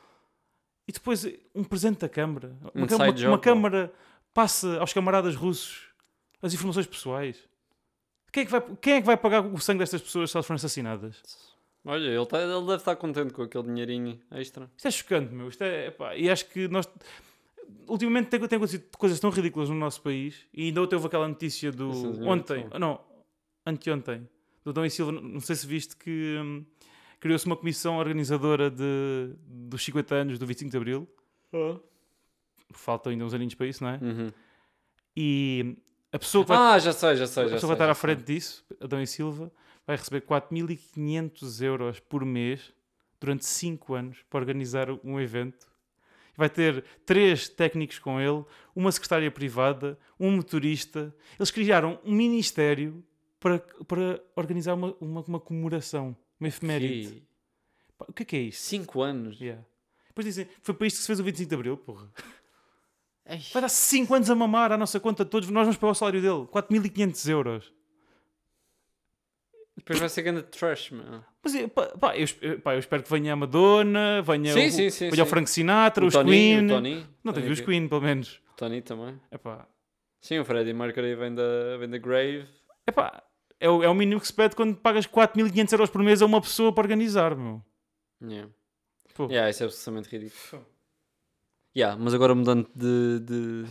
S2: E depois eh, um presente da Câmara. Uma,
S1: Um
S2: câmara-
S1: side
S2: uma
S1: job,
S2: Câmara passa aos camaradas russos as informações pessoais. Quem é que vai, quem é que vai pagar o sangue destas pessoas se elas forem assassinadas?
S1: Olha, ele, tá- ele deve estar contente com aquele dinheirinho extra.
S2: Isto é chocante, meu. Isto é, epá, e acho que nós. Ultimamente tem, tem acontecido coisas tão ridículas no nosso país. E ainda ontem houve aquela notícia do.
S1: Esse senhor é
S2: Ontem,
S1: muito
S2: não, anteontem, do Dom e Silva. Não sei se viste que hum, criou-se uma comissão organizadora de, dos 50 anos do 25 de Abril. Faltam ainda uns aninhos para isso, não é?
S1: Uhum.
S2: E a pessoa que vai,
S1: Ah, já sei, já sei, já
S2: a pessoa que
S1: sei.
S2: vai estar
S1: já
S2: à frente disso, a Dom e Silva, vai receber 4.500 euros por mês durante 5 anos para organizar um evento. Vai ter três técnicos com ele, uma secretária privada, um motorista. Eles criaram um ministério para, para organizar uma, uma, uma comemoração,
S1: sei.
S2: uma efeméride.
S1: Ih,
S2: Pá, O que é que é isto?
S1: Cinco anos.
S2: Yeah. Depois dizem, foi para isto que se fez o 25 de Abril, porra.
S1: Ei,
S2: Vai dar 5 anos a mamar à nossa conta de todos, nós vamos pagar o salário dele, 4.500 euros.
S1: Depois vai ser grande trash, mano.
S2: Mas eh, pá, pá, eu, esp- eh, pá, eu espero que venha a Madonna, venha,
S1: Sim,
S2: o,
S1: sim, sim,
S2: venha
S1: sim.
S2: o Frank Sinatra,
S1: O
S2: os
S1: Tony,
S2: Queen.
S1: o Tony.
S2: Não tem
S1: Tony
S2: os
S1: que-
S2: Queen, pelo menos.
S1: Tony também.
S2: Epá.
S1: Sim, o Freddie Mercury vem da, vem da Grave.
S2: Epá, é, o, é o mínimo que se pede quando pagas 4.500 euros por mês a uma pessoa para organizar, meu.
S1: Yeah.
S2: Pô.
S1: Yeah, isso é absolutamente ridículo. Yeah, mas agora mudando de, de-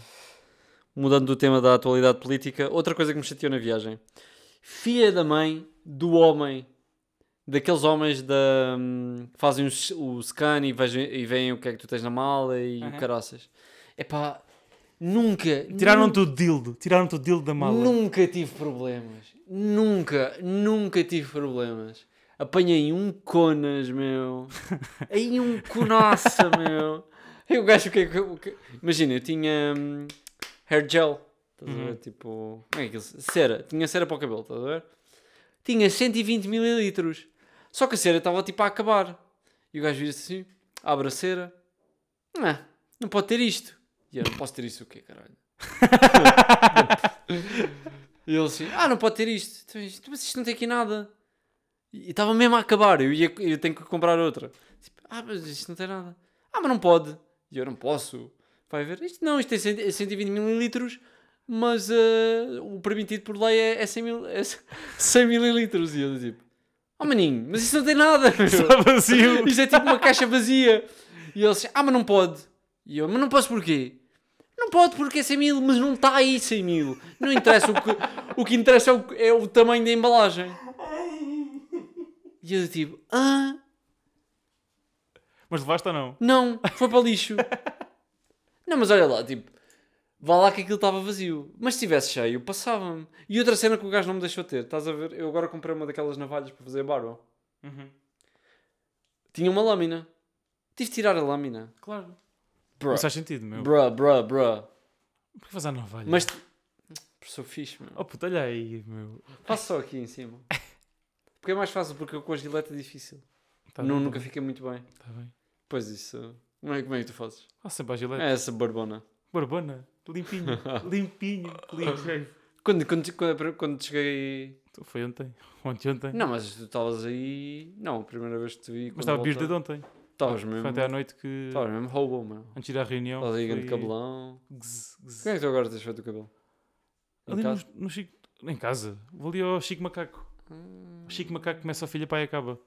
S1: Mudando do tema da atualidade política, outra coisa que me chateou na viagem. Filha da mãe do homem. Daqueles homens da. hum, que fazem o, s- o scan e, vejam, e veem o que é que tu tens na mala e o
S2: Aham.
S1: caraças. É pá, nunca.
S2: Tiraram-te o dildo, tiraram-te o dildo da mala.
S1: Nunca tive problemas. Nunca, nunca tive problemas. Apanhei um conas, meu. Aí um conaça, meu. Aí o gajo, o que é que. o que- Imagina, eu tinha hum, hair gel. Estás a ver?
S2: Uhum.
S1: Tipo. Como é que é aquilo? Cera. Tinha cera para o cabelo, estás a ver? Tinha 120 mililitros. Só que a cera estava tipo a acabar. E o gajo vira assim, abre a cera. Ah, não pode ter isto. E eu, não posso ter isso o quê, caralho? e ele assim, ah, não pode ter isto. Então, isto- Mas isto não tem aqui nada. E estava mesmo a acabar. Eu, ia, eu tenho que comprar outra. Tipo, ah, mas isto não tem nada. Ah, mas não pode. E eu não posso. Vai ver. Isto não, isto é tem 100 120 mililitros. Mas eh, o permitido por lei é, é 100, mil, é 100 mililitros. E eu tipo, oh maninho, mas isso não tem nada. meu."
S2: Está vazio.
S1: Isto é tipo uma caixa vazia. E ele disse, ah, mas não pode. E eu, mas não posso porquê? Não pode porque é 100 mil, mas não está aí 100 mil. Não interessa, o que, o que interessa é o, que- é o tamanho da embalagem. E eu tipo, ah,
S2: Mas levaste ou não?
S1: não, foi para o lixo. Não, mas olha lá, tipo, vá lá que aquilo estava vazio. Mas se estivesse cheio, passava-me. E outra cena que o gajo não me deixou ter, estás a ver? Eu agora comprei uma daquelas navalhas para fazer barba. Uhum. Tinha uma lâmina. Tive de tirar a lâmina.
S2: Claro.
S1: Bruh.
S2: Não faz sentido, meu.
S1: Bruh, bruh, bruh.
S2: Por que vais à novalha?
S1: Mas. Professor fixe, meu.
S2: Oh puta, olha aí, meu.
S1: Faço só aqui em cima. Porque é mais fácil, porque eu com a gilete é difícil.
S2: Tá
S1: não,
S2: bem,
S1: nunca
S2: tá
S1: fica muito bem.
S2: bem, tá bem.
S1: Pois isso. Como é, como é que tu fazes?
S2: Ah, sempre à gilete.
S1: É essa barbona.
S2: Barbona. Limpinho. Limpinho. Limpinho.
S1: Quando, quando, quando, quando cheguei.
S2: Foi ontem. Ontem, ontem.
S1: Não, mas tu estavas aí. Não, a primeira vez que te vi.
S2: É. Mas estava bearded ontem.
S1: Estavas
S2: Foi ontem à
S1: mesmo.
S2: noite que.
S1: Estavas mesmo roubo, meu.
S2: Antes de ir à reunião.
S1: Estavas aí grande
S2: fui-
S1: cabelão.
S2: Gz, gz.
S1: Como é que tu agora tens feito o cabelo? Em
S2: ali no,
S1: casa?
S2: no Chico. Em casa. Vou ali ao Chico Macaco. O Chico Macaco começa a filha, pai e acaba.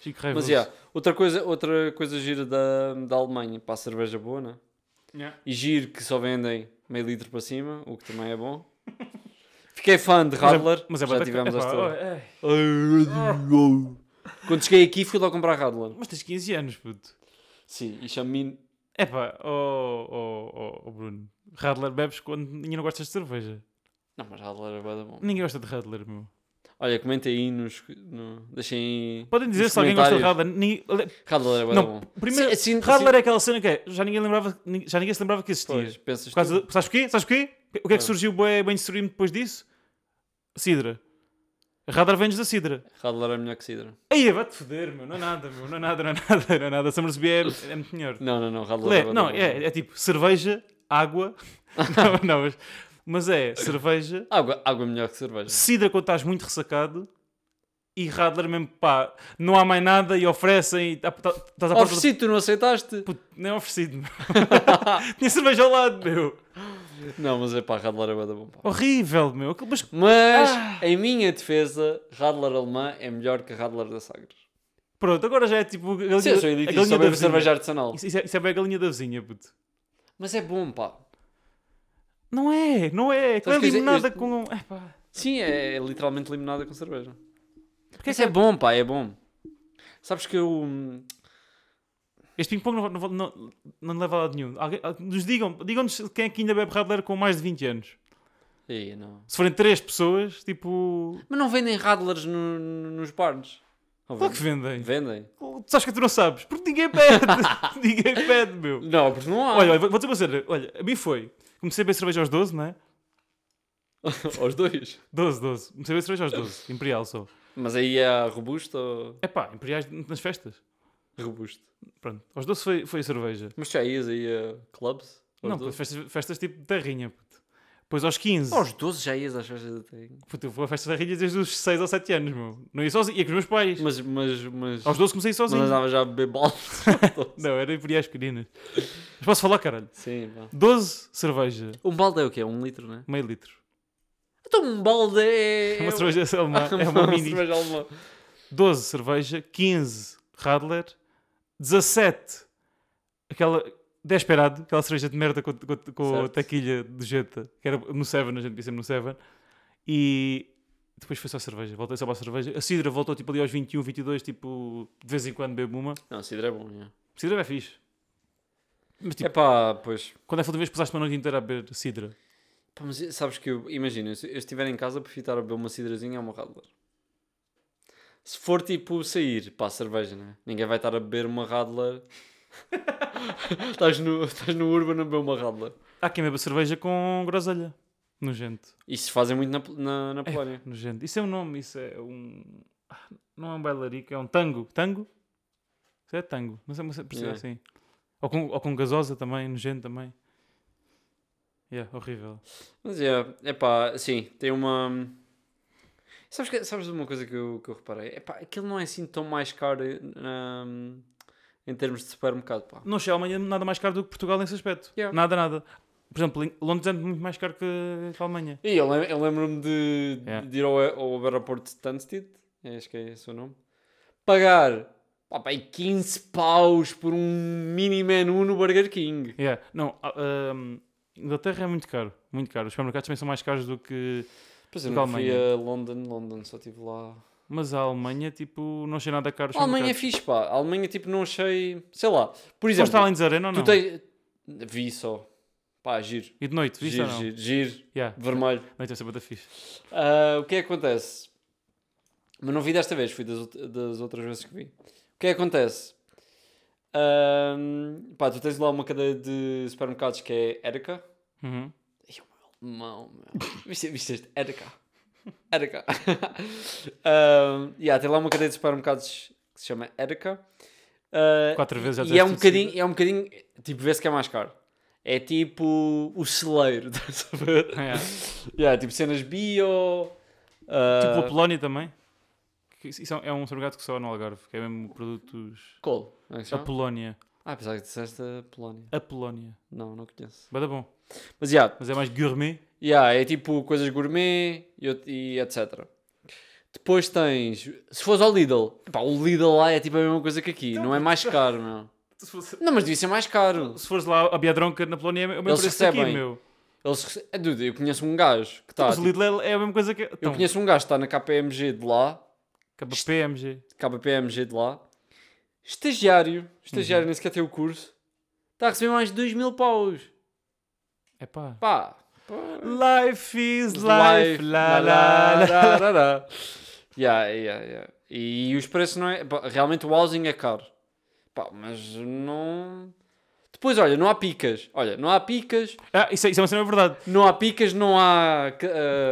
S2: Chico
S1: Mas
S2: Raivoso.
S1: yeah, outra coisa, outra coisa gira da, da Alemanha para a cerveja boa, né?
S2: Yeah.
S1: E giro que só vendem meio litro para cima, o que também é bom. Fiquei fã de Radler,
S2: mas é, mas
S1: já
S2: é batata-
S1: tivemos
S2: epá,
S1: essa história.
S2: oh, é.
S1: Quando cheguei aqui fui logo comprar Radler.
S2: Mas tens 15 anos, puto.
S1: Sim, e chamo-me...
S2: É pá, oh, oh, oh, oh, Bruno. Radler bebes quando ninguém não gosta de cerveja.
S1: Não, mas Radler é bué da bom.
S2: Ninguém gosta de Radler, meu.
S1: Olha, comenta aí nos... No, deixem aí...
S2: Podem dizer
S1: Nos
S2: se alguém gosta de
S1: comentários.
S2: Radler. Ninguém-
S1: Radler é bué da bom.
S2: Não, primeiro,
S1: Sim, assim-
S2: Radler é aquela cena que é, já ninguém, lembrava, nin- já ninguém se lembrava que
S1: assim-
S2: existia.
S1: pois, pensas
S2: Por causa
S1: tu?
S2: de- sabes porquê? Sabes porquê? O que é
S1: Ah.
S2: que surgiu bué mainstream depois disso? Sidra. Radar vem-nos da Sidra.
S1: Radler é melhor que Sidra.
S2: Aí, vai-te foder, meu. Não é nada, meu. Não é nada, não é nada, não é nada. Summersby é, é muito melhor.
S1: Não, não, não, Radler é
S2: Lé,
S1: bué da
S2: não,
S1: bom.
S2: é, é tipo cerveja, água. não, não, mas, mas é cerveja,
S1: Água, água é melhor que cerveja.
S2: Sidra quando estás muito ressacado e Radler mesmo, pá, não há mais nada e oferecem e tá- tá- estás à porta do-
S1: Oferecido, Oh, tu não aceitaste?
S2: Puto, nem oferecido, meu. Tinha cerveja ao lado, meu.
S1: Não, mas é pá, Radler é bué da bom, pá.
S2: Horrível, meu. Aquilo- Mas
S1: Mas,
S2: Ah.
S1: em minha defesa, Radler alemã é melhor que Radler da Sagres.
S2: Pronto, agora já é tipo. A galinha,
S1: Sim, eu sou elitista, só bebo cerveja artesanal.
S2: Isso, isso é, isso é bem a galinha da vizinha, puto.
S1: Mas é bom, pá.
S2: Não é, não é. Aquilo é
S1: Sabes que eu-
S2: limonada
S1: eu-
S2: com. Epá.
S1: Sim, é, é literalmente limonada com cerveja. Porque isso é bom, pá, é bom. Sabes que eu... hum,
S2: Este ping-pong não, não, não, não leva a lado nenhum. Alguém- al- nos digam, digam-nos quem é que ainda bebe Radler com mais de 20 anos.
S1: Ei, não.
S2: Se forem 3 pessoas, tipo.
S1: Mas não vendem Radlers no- no- nos bares? Ou
S2: Claro que
S1: vendem?
S2: vendem.
S1: Vendem.
S2: Tu sabes que tu não sabes? Porque ninguém pede. ninguém pede, meu.
S1: Não, porque não há.
S2: Olha, olha, vou vou dizer uma cena. Olha, a mim foi. Comecei a beber cerveja aos 12, não é?
S1: Os dois.
S2: 12, 12. Comecei a beber cerveja aos 12. Imperial só.
S1: Mas aí é robusto ou...
S2: Epá, imperiais nas festas.
S1: Robusto.
S2: Pronto, aos 12 foi, foi a cerveja.
S1: Mas tu já ias aí a clubs? Aos
S2: não,
S1: 12?
S2: depois festas, festas tipo de terrinha, puto. Depois aos 15.
S1: Aos 12 já ias às festas da terrinha.
S2: Puto, eu vou a festas de terrinha desde os 6 ou 7 anos, meu. Não ia sozinho, ia com os meus pais.
S1: Mas, mas, mas...
S2: Aos 12 comecei
S1: Não
S2: sozinho. Não,
S1: andava já a beber baldes.
S2: era imperiais pequeninas. Mas posso falar, caralho?
S1: Sim, pá.
S2: 12 cerveja,
S1: Um balde é o quê? Um litro, né?
S2: meio litro.
S1: Então um balde é.
S2: É uma cerveja alemã, é uma mini. 12 cerveja, 15 Radler, 17 aquela 10 perado, aquela cerveja de merda com, com, com a
S1: Certo.
S2: taquilha do Jeta, que era no Seven, a gente disse no Seven, e depois foi só cerveja, voltei só para a cerveja. A Sidra voltou tipo ali aos 21, 22, tipo, de vez em quando bebo uma.
S1: Não, cidra é bom, é.
S2: Sidra é fixe. Mas tipo,
S1: É pá, pois.
S2: quando é que foi a última vez que passaste uma noite inteira a beber Sidra?
S1: Pá, mas imagina que eu, imagina, se eu estiver em casa, prefiro estar a beber uma cidrazinha ou uma radler. Se for tipo sair para a cerveja, né? Ninguém vai estar a beber uma radler. estás, no, estás no Urban a beber uma radler.
S2: Há quem beba cerveja com groselha. Nojento,
S1: Isso se fazem muito na, Pol- na, na Polónia.
S2: nojento. Isso é um nome, isso é um. Ah, Não é um bailarico, é um tango. Tango? Isso é tango, mas é uma precisa
S1: Yeah.
S2: assim. Ou com, ou com gasosa também, nojento também. Yeah, horrível.
S1: Mas é, é pá, sim, tem uma. Sabes, que- sabes uma coisa que eu, que eu reparei? É pá, aquilo não é assim tão mais caro hum, em termos de supermercado, pá.
S2: Não achei a Alemanha nada mais caro do que Portugal nesse aspecto.
S1: Yeah.
S2: Nada, nada. Por exemplo, em- Londres é muito mais caro que que a Alemanha.
S1: E eu, lem- eu lembro-me de,
S2: É.
S1: de ir ao, ao aeroporto de Stansted, acho que é esse o nome, pagar pá, pá, aí 15 paus por um mini menu no Burger King.
S2: Yeah. Não, a- ahm, Inglaterra é muito caro, muito caro. Os supermercados também são mais caros do que.
S1: Pois eu
S2: Do
S1: não
S2: que
S1: fui
S2: Tipo Alemanha.
S1: a London, London, só estive lá.
S2: Mas a Alemanha, tipo, não achei nada caro. os
S1: A Alemanha é
S2: supermercados.
S1: fixe, pá. A Alemanha, tipo, não achei. Sei lá. Por
S2: Foste
S1: exemplo,
S2: à Lens Arena ou
S1: tu
S2: não?
S1: tens. Vi só. Pá, giro.
S2: E de noite, viste
S1: Giro,
S2: ou não?
S1: giro, giro,
S2: Yeah.
S1: vermelho.
S2: Noite é sempre da fixe.
S1: Ah, o que é que acontece? Mas não vi desta vez, fui das, out- das outras vezes que vi. O que é que acontece? Ahm, pá, tu tens lá uma cadeia de supermercados que é Erika.
S2: Uhum.
S1: Ih, o meu alemão, meu. Viste, viste este? Erika. Erika. Ahm, yeah, tem lá uma cadeia de supermercados que se chama Erika. Ah,
S2: Quatro vezes já
S1: e é
S2: tiveste
S1: um
S2: tudo seguido.
S1: bocadinho, é um bocadinho, tipo, vê-se que é mais caro. É tipo o celeiro, estás a ver?
S2: Yeah.
S1: Yeah, tipo cenas bio.
S2: Tipo a
S1: Uh,
S2: Polónia também. é um Que Isso isso é um supermercado que só há no Algarve, que é mesmo produtos.
S1: Col. Não é que se
S2: A
S1: chama?
S2: Polónia.
S1: Ah, pensava que disseste a Polónia.
S2: A Polónia.
S1: Não, não conheço.
S2: Bada bom.
S1: Mas já,
S2: Mas é mais gourmet.
S1: Yeah, é tipo coisas gourmet e, o- e etc. Depois tens. Se fores ao Lidl, pá, o Lidl lá é tipo a mesma coisa que aqui, não é mais caro, meu.
S2: Se fosse-
S1: Não, mas devia ser mais caro.
S2: se fores lá a Biadronca na Polónia, é o mesmo
S1: Eles
S2: preço daqui,
S1: recebem.
S2: meu.
S1: Eles rece- Ah, dude, eu conheço um gajo que está.
S2: Mas o Lidl é é a mesma coisa que. é
S1: eu
S2: Então,
S1: conheço um gajo que está na KPMG de lá,
S2: acaba PMG.
S1: KPMG de lá, estagiário, estagiário nem sequer tem o curso, está a receber mais de 2 mil paus.
S2: É pá.
S1: Pá,
S2: Life is life. La la la.
S1: la, la. Yeah, yeah, yeah. E os preços não é. pá, Realmente o housing é caro. Pá, mas não. Depois, olha, não há picas. Olha, não há picas,
S2: Ah, isso, é- isso é uma cena verdade.
S1: não há picas, não há. ca-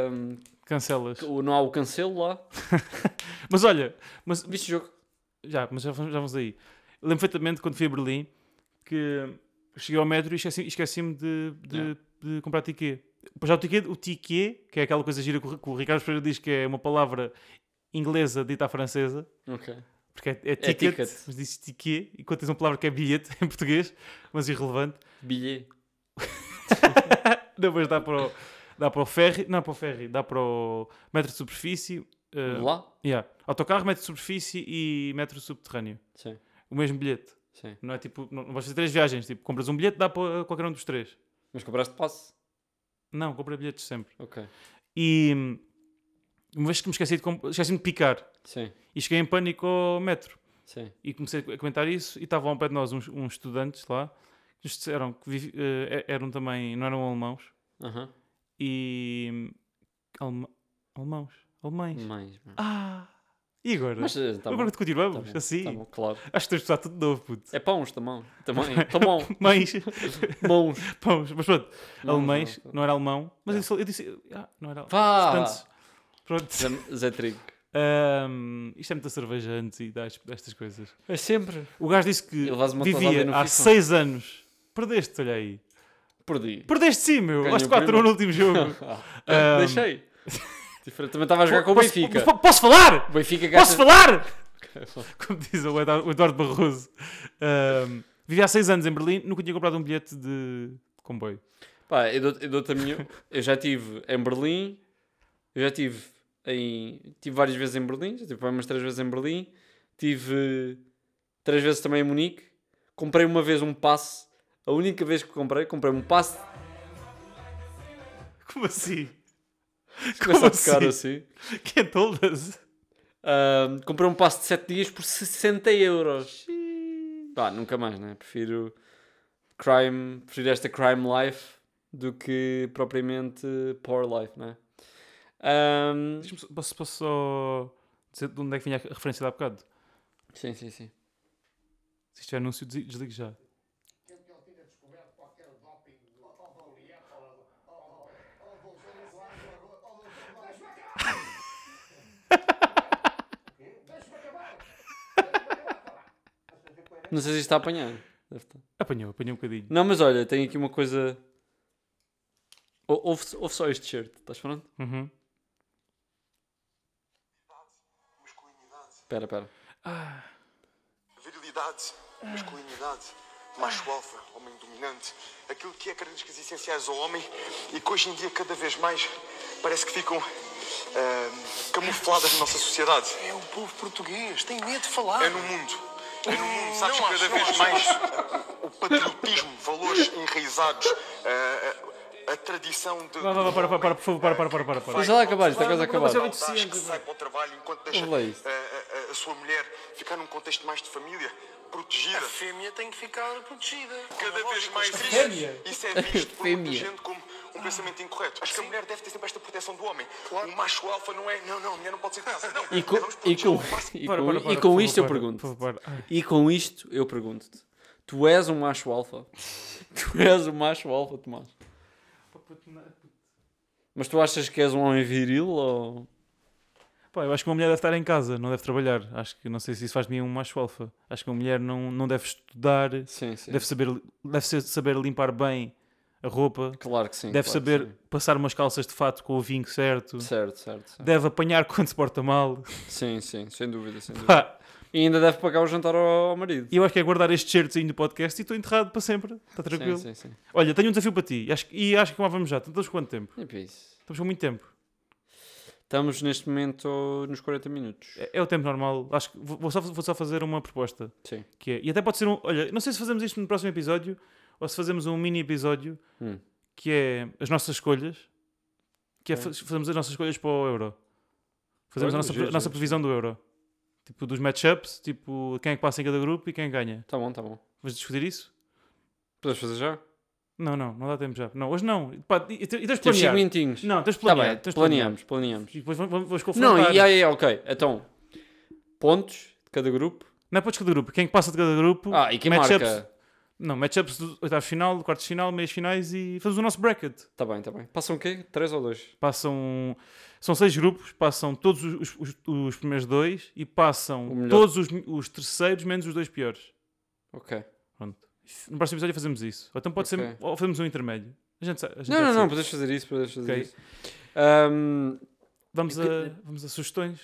S1: ahm,
S2: Cancelas.
S1: o- não há o cancelo lá.
S2: Mas olha, mas
S1: Viste o jogo?
S2: já, mas já, vamos- já vamos aí. Lembro perfeitamente quando fui a Berlim que cheguei ao metro e esqueci- esqueci-me de, de-
S1: Yeah.
S2: de comprar tiquê. Pois já o tiquê, o tiquê, que é aquela coisa gira que o, que o Ricardo Pereira diz que é uma palavra inglesa dita à francesa,
S1: Ok.
S2: porque é, é ticket,
S1: ticket.
S2: mas diz tiquê, e quando tens uma palavra que é bilhete em português, mas irrelevante,
S1: Bilhê.
S2: não, mas dá para o, dá para o ferry, não para o ferry, dá para o metro de superfície, eh,
S1: Lá?
S2: yeah, autocarro, metro de superfície e metro subterrâneo,
S1: Sim,
S2: o mesmo bilhete.
S1: sim.
S2: Não é tipo, não, não vais fazer três viagens, tipo, compras um bilhete, dá para qualquer um dos três.
S1: Mas compraste passe?
S2: Não, compra bilhetes sempre.
S1: Ok.
S2: E hum, uma vez que me esqueci de, comp- esqueci-me de picar
S1: Sim,
S2: e cheguei em pânico ao metro
S1: sim.
S2: e comecei a comentar isso e estavam ao pé de nós uns, uns estudantes lá que nos disseram que vivi- eh, eram também, não eram alemãos
S1: Aham.
S2: e... hum, alema- alemãos? Alemães?
S1: Mais. mano.
S2: Ah! E agora?
S1: Hum. Mas eh, tá bom.
S2: agora
S1: Tá
S2: continuamos,
S1: bom,
S2: assim?
S1: tá bom, claro.
S2: Acho que tens de usar tudo de novo, puto.
S1: É pão também. Também. Tamão.
S2: Mães,
S1: tá Mãos.
S2: pãos, mas pronto.
S1: Não,
S2: alemães,
S1: não,
S2: não, era alemão, mas
S1: É.
S2: eu, só- eu disse, ah, não era
S1: Vá!
S2: Portanto, Ah. pronto.
S1: Zé, Zé Trigo.
S2: Ahm, isto é muita cerveja antes e das- destas coisas.
S1: É sempre.
S2: O gajo disse que
S1: Ele faz uma tosada no
S2: vivia há
S1: FIFA.
S2: 6 anos. Perdeste, olha aí.
S1: Perdi.
S2: Perdeste sim, meu.
S1: Ganhou
S2: Aos 4
S1: primeiro.
S2: no último jogo.
S1: Ah, Deixei. Diferente. Também estava a jogar com o
S2: Posso-
S1: Benfica.
S2: po- Posso falar?
S1: O Benfica gasta...
S2: Posso falar? Como diz o Eduardo o Eduardo Barroso. Ahm, vivia há 6 anos em Berlim, nunca tinha comprado um bilhete de comboio.
S1: Pá, eu, dou, eu dou-te a minha... Eu já estive em Berlim. Eu já estive em... Tive várias vezes em Berlim. Já estive para aí umas três vezes em Berlim. Tive três vezes também em Munique. Comprei uma vez um passe. A única vez que comprei, comprei um passe.
S2: Como assim?
S1: Começa a tocar
S2: assim?
S1: assim.
S2: Quem told us?
S1: Ahm, comprei um passe de 7 dias por 60 euros. Pá, nunca mais, né? Prefiro crime, prefiro esta crime life do que propriamente poor life, né? Ahm,
S2: Diz-me só- Posso, posso só dizer de onde é que vinha a referência de há bocado?
S1: sim, sim, sim.
S2: Se isto é anúncio, desi- desligo já.
S1: Não sei se isto está a apanhar. Deve estar.
S2: Apanhou, apanhou um bocadinho.
S1: Não, mas olha, tenho aqui uma coisa. Ou- Ouve, ouve só este shirt, estás pronto?
S2: Uhum.
S1: Espera, espera.
S3: Virilidade, masculinidade, macho alfa, homem dominante, aquilo que é características essenciais ao homem e que hoje em dia cada vez mais parece que ficam ahm, camufladas na nossa sociedade.
S4: É o povo português, tem medo de falar.
S3: É no mundo. É no mundo, sabes, cada vez mais eh, o patriotismo, valores enraizados, ah, a, a tradição de.
S2: Vá, vá, vá, para, para, para, por favor, para, para, para, para. para.
S1: Deixa lá acabar, isto está quase a acabar.
S2: Agora deixa eu ver.
S3: Saudades que sai para o trabalho enquanto deixa
S1: Ouve lá isso.
S3: ah, ah, a sua mulher ficar num contexto mais de família,
S4: A
S3: protegida.
S4: fêmea tem que ficar protegida.
S3: cada vez mais isso,
S2: Fêmea.
S3: isso é visto por muita
S1: Fêmea.
S3: gente como um pensamento incorreto. Acho que a mulher deve ter sempre esta proteção do homem. O macho alfa não é, não, não, a mulher não pode ser de casa. Não,
S1: E com,
S3: vamos
S1: e
S3: proteger
S1: com,
S3: o máximo.
S1: e
S2: Para,
S1: com-
S2: para, para,
S1: e
S2: por
S1: com
S2: favor,
S1: isto eu
S2: para,
S1: pergunto.
S2: por favor, para. Ai,
S1: E com isto, eu pergunto-te: tu és um macho alfa? Tu és um macho alfa, Tomás? Mas tu achas que és um homem viril ou.
S2: Pá, eu acho que uma mulher deve estar em casa, não deve trabalhar. Acho que não sei se isso faz de mim um macho alfa. Acho que uma mulher não, não deve estudar,
S1: Sim, sim.
S2: deve saber, deve ser- saber limpar bem a roupa,
S1: Claro que sim.
S2: deve
S1: claro que
S2: saber passar umas calças de fato com o vinho certo,
S1: sim. Certo, certo. certo.
S2: deve apanhar quando se porta mal.
S1: Sim, sim, sem dúvida, sem dúvida.
S2: Pá,
S1: E ainda deve pagar o jantar ao, ao marido.
S2: E eu acho que é guardar este shirtzinho do podcast e estou enterrado para sempre. Está tranquilo.
S1: Sim, sim, sim.
S2: Olha, tenho um desafio para ti e acho, e acho que lá vamos já. Então, Estamos quanto tempo?
S1: E para isso.
S2: Estamos com muito tempo.
S1: Estamos neste momento nos 40 minutos.
S2: É, é o tempo normal. Acho que vou vou só, vou só fazer uma proposta.
S1: Sim.
S2: Que é, e até pode ser um. Olha, não sei se fazemos isto no próximo episódio ou se fazemos um mini episódio
S1: Hum.
S2: que é as nossas escolhas. Que é fa- fazemos as nossas escolhas para o Euro. Fazemos
S1: Olha,
S2: a nossa, pre-
S1: giro,
S2: a nossa
S1: giro.
S2: previsão do Euro. Tipo, dos matchups, tipo, quem é que passa em cada grupo e quem ganha.
S1: Tá bom, tá bom.
S2: Vamos discutir isso?
S1: Podemos fazer já?
S2: Não, não, não dá tempo já. Não, hoje não. Pá, e, e, e tens de
S1: Temos 5
S2: planear.
S1: minutinhos.
S2: Não, tens de
S1: tá
S2: planear.
S1: bem,
S2: tens de planear.
S1: planeamos, planeamos.
S2: E depois vamos, vamos- vamos confrontar.
S1: Não, e aí, ok. Então, pontos de cada grupo.
S2: Não é para cada grupo. Quem é que passa de cada grupo?
S1: Ah, e quem
S2: matchups-
S1: marca?
S2: Não, matchups do oitavo final, do quarto final, meias finais e fazemos o nosso bracket.
S1: Tá bem, tá bem. Passam o quê? 3 ou 2?
S2: Passam. São seis grupos, passam todos os, os- os primeiros dois e
S1: O
S2: passam
S1: melhor.
S2: todos os, os terceiros menos os dois piores.
S1: Ok.
S2: Pronto. No próximo episódio fazemos isso. Ou então pode ser.
S1: Ok.
S2: Ou fazemos um intermédio. A gente, sa- a gente
S1: Não,
S2: já
S1: não, não,
S2: decide.
S1: podemos fazer isso, podemos fazer
S2: Ok.
S1: isso. Ahm,
S2: Vamos
S1: Eu
S2: a, vamos a sugestões?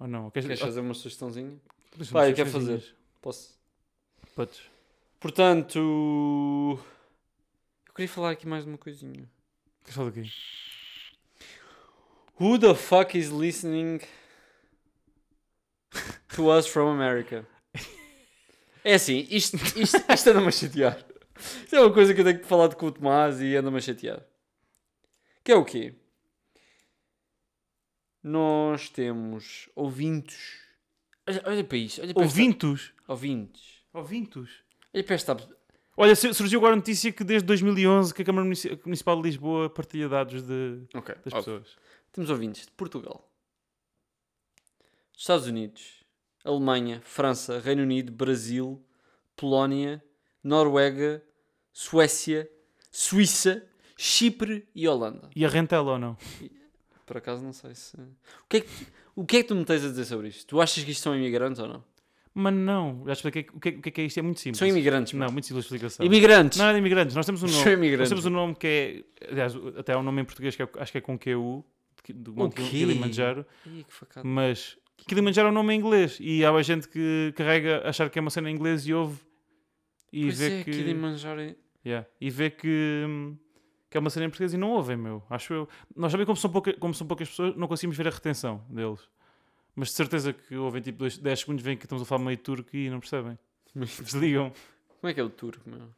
S2: Ou não? Queres,
S1: queres
S2: ou-
S1: fazer uma sugestãozinha?
S2: deixa-me
S1: Pá, eu quero
S2: sugestõezinhas.
S1: Posso?
S2: Podes.
S1: Portanto, eu queria falar aqui mais de uma coisinha.
S2: Queres falar do quê?
S1: Who the fuck is listening to us from America? É assim, isto, isto, isto anda-me a chatear. Isto é uma coisa que eu tenho que falar de com o Tomás e anda-me a chatear. Que é o quê? Nós temos ouvintes. Olha, olha para isto. Olha para esta-
S2: Ouvintos?
S1: Ouvintes.
S2: Ouvintos?
S1: Olha para esta.
S2: Olha, su- surgiu agora a notícia que desde 2011 que a Câmara Munici- Municipal de Lisboa partilha dados de,
S1: Ok,
S2: das
S1: óbvio.
S2: pessoas.
S1: Temos ouvintes de Portugal, dos Estados Unidos, Alemanha, França, Reino Unido, Brasil, Polónia, Noruega, Suécia, Suíça, Chipre e Holanda.
S2: E a rentela ou não?
S1: Por acaso não sei se. O que é que, o que, é que tu me tens a dizer sobre isto? Tu achas que isto são imigrantes ou não?
S2: Mas não, já expliquei que- o que, é- o que é que é isto? É muito simples.
S1: São imigrantes,
S2: Não,
S1: mano.
S2: muito simples a explicação.
S1: Imigrantes!
S2: Não é de imigrantes, nós temos um
S1: São
S2: nome. Nós
S1: imigrantes.
S2: temos um nome que é. Aliás, até há um nome em português que é- acho que é com QU, de- do Monte
S1: quê?
S2: Kilimanjaro.
S1: Ih, que facada.
S2: Mas Kilimanjaro é um nome em inglês e há gente que carrega a achar que é uma cena em inglês e ouve e
S1: Pois
S2: vê
S1: é,
S2: que.
S1: Kilimanjaro é-
S2: Yeah. E vê que, hum, que é uma cena em português e não ouvem, meu. Acho eu. Nós também, como são, pouca, como são poucas pessoas, não conseguimos ver a retenção deles. Mas de certeza que ouvem tipo dois- 10 segundos, veem que estamos a falar meio turco e não percebem. Desligam.
S1: Como é que é o turco, meu?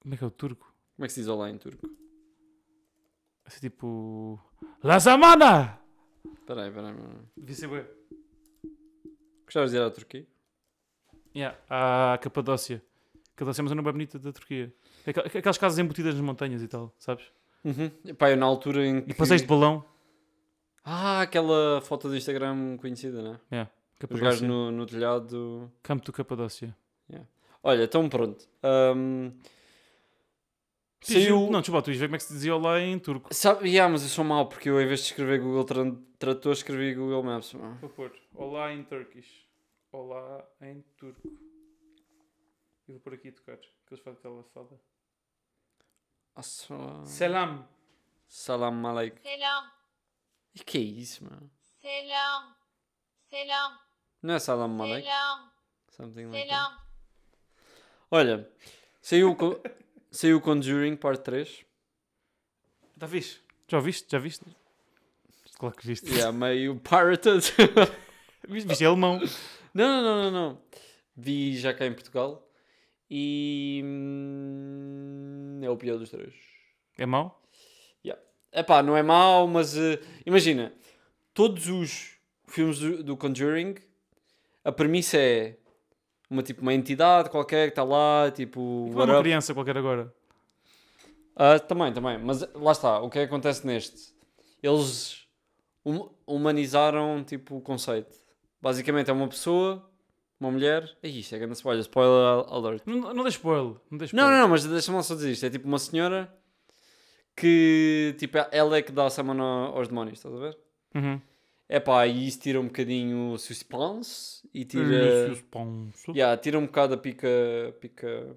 S2: Como é que é o turco?
S1: Como é que se diz olá em turco?
S2: Assim tipo. La Zamana!
S1: Peraí, peraí, meu.
S2: Devia ser bué.
S1: Gostavas de ir à Turquia?
S2: Yeah. A Capadócia. Capadócia é uma zona bem bonita da Turquia. Aquel- Aquelas casas embutidas nas montanhas e tal, sabes?
S1: Uhum. Pá, eu na altura em que.
S2: E passeios de balão.
S1: Ah, aquela foto do Instagram conhecida, né?
S2: Yeah.
S1: Os gajos
S2: Capadócia.
S1: no, no telhado.
S2: Campo do Capadócia.
S1: Olha, então pronto. Ahm,
S2: Saiu...
S1: Saiu.
S2: Não, desculpa, tu ias ver como é que se dizia olá em turco.
S1: Sabe, yeah, mas eu sou mau porque eu em vez de escrever Google Tran- Tradutor escrevi Google Maps. mano.
S2: Vou pôr Olá em Turkish. Olá em turco. E vou pôr aqui a tocar. Que eles fazem aquela fada.
S1: Assala-
S2: Selam.
S1: Salam alaikum.
S5: Selam,
S1: E que é isso, mano?
S5: selam, selam,
S1: Não é salam alaikum?
S5: selam,
S1: Something like that.
S5: selam.
S1: Olha, saiu o co- saiu o Conjuring Part 3.
S2: Está Tá fixe? Já viste? Já viste? Claro que viste.
S1: Yeah, meio pirated.
S2: Viste, viste em alemão.
S1: Não, não, não, não, não. Vi já cá em Portugal e hum, é o pior dos três.
S2: É mau?
S1: Epá, não é mau, mas eh, imagina, todos os filmes do, do Conjuring, a premissa é uma tipo uma entidade qualquer que está lá, tipo,
S2: Não é
S1: what
S2: uma
S1: up.
S2: criança qualquer agora.
S1: Ah, também, também, mas lá está, o que é que acontece neste? Eles hum- humanizaram tipo o conceito. Basicamente é uma pessoa, uma mulher, é isto, é grande spoiler, spoiler alert.
S2: Não, não dê spoiler. Não dê spoiler.
S1: Não, não, não, mas deixa-me lá só dizer isto. É tipo uma senhora que, tipo, ela é que dá a semana aos demónios, estás a ver?
S2: Uhum.
S1: É pá, e isso tira um bocadinho o suspense e tira.
S2: Lucius Ponço.
S1: Yeah, tira um bocado a pica. pica...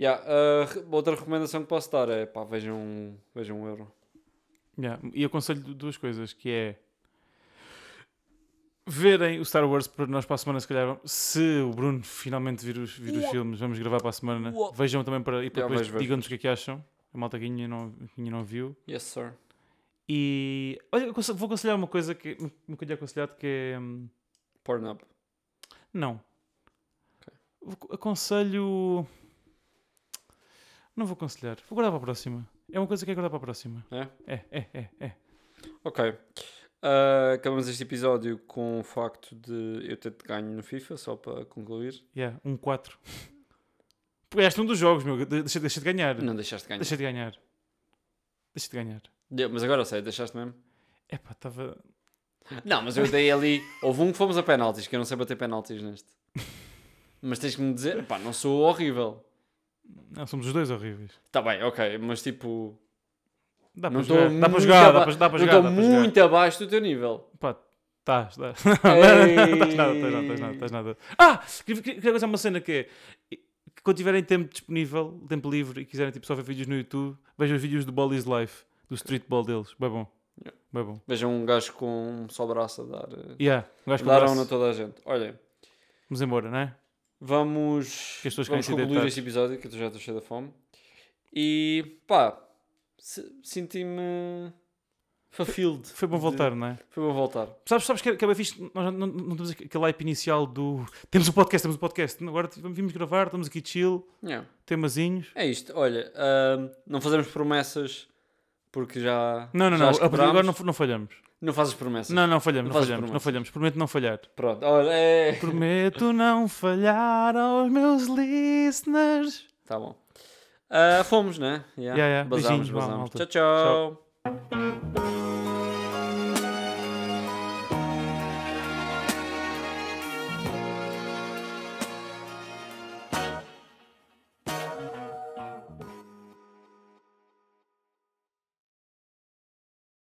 S1: Yeah, ah, re- outra recomendação que posso dar é pá, vejam, vejam um euro.
S2: Yeah, E aconselho du- duas coisas, que é verem o Star Wars para nós para a semana, se calhar, vamos- se o Bruno finalmente vir os, vir os filmes, vamos gravar para a semana. Vejam também para e
S1: Já
S2: depois
S1: vejo, vejo.
S2: digam-nos o que é que acham. A malta que ainda não, que ainda não viu.
S1: Yes, sir.
S2: E olha, eu aconse- vou aconselhar uma coisa que nu- nunca lhe aconselhado que é hum,
S1: Pornhub.
S2: não. Vou- Aconselho. Não vou aconselhar. Vou guardar para a próxima. É uma coisa que é guardar para a próxima.
S1: É?
S2: É, é, é, é.
S1: Ok. Ah, acabamos este episódio com o facto de eu ter ganho no FIFA, só para concluir.
S2: Yeah, um 4. Pegaste um dos jogos, meu. De- Deixa, deixa de ganhar.
S1: Não deixaste ganhar.
S2: Deixa de ganhar. Deixa de ganhar.
S1: Yeah, Mas agora sei, deixaste mesmo.
S2: Epá, estava.
S1: Não, mas eu dei ali. Houve um que fomos a penaltis, que eu não sei bater penaltis neste. Mas tens que me dizer, pá, não sou horrível.
S2: Não, somos os dois horríveis.
S1: Tá bem, ok, mas tipo.
S2: Dá
S1: Não
S2: para
S1: estou
S2: jogar, dá para
S1: muito
S2: jogar, dá
S1: aba-
S2: para dá para
S1: não
S2: jogar.
S1: estou
S2: dá para jogar.
S1: muito abaixo do teu nível.
S2: Pá, estás, estás. Não, não, não, estás nada, estás nada,
S1: Ei.
S2: estás nada, estás nada. Ah! Queria queria- queria aconselhar uma cena que é que quando tiverem tempo disponível, tempo livre e quiserem tipo, só ver vídeos no YouTube, vejam os vídeos do Ball is Life, do streetball deles. Bem bom.
S1: Yeah.
S2: Bem bom.
S1: Vejam um gajo com um só braço a dar. eh,
S2: Yeah, um gajo com
S1: Dar a
S2: braço.
S1: onda a toda a gente. Olha,
S2: Vamos embora, não é?
S1: vamos.
S2: Que as pessoas querem
S1: vamos
S2: se
S1: concluir
S2: deitar.
S1: este episódio, que eu já estou cheio da fome. E pá, se- senti-me. Fulfilled.
S2: Foi bom voltar, não é?
S1: Foi bom voltar.
S2: Sabes, sabes que, é- que é bem fixe, nós já não, não, não temos aquele hype inicial do temos o podcast, temos o podcast. Agora tipo, vimos gravar, estamos aqui chill,
S1: Yeah.
S2: temazinhos.
S1: É isto, olha, ahm, não fazemos promessas porque já.
S2: Não, não,
S1: já
S2: não, a
S1: as
S2: partir de agora
S1: quebrámos.
S2: não, não falhamos.
S1: Não fazes promessas.
S2: Não, não falhamos,
S1: Não
S2: não,
S1: fazes
S2: falhamos, não
S1: promessas.
S2: falhamos. Prometo não falhar.
S1: Pronto, olha, é.
S2: Prometo não falhar aos meus listeners.
S1: Tá bom. Ah, fomos, né? Yeah.
S2: Yeah, yeah.
S1: Basámos,
S2: Beijinhos, vá,
S1: basámos.
S2: malta.
S1: tchau. tchau.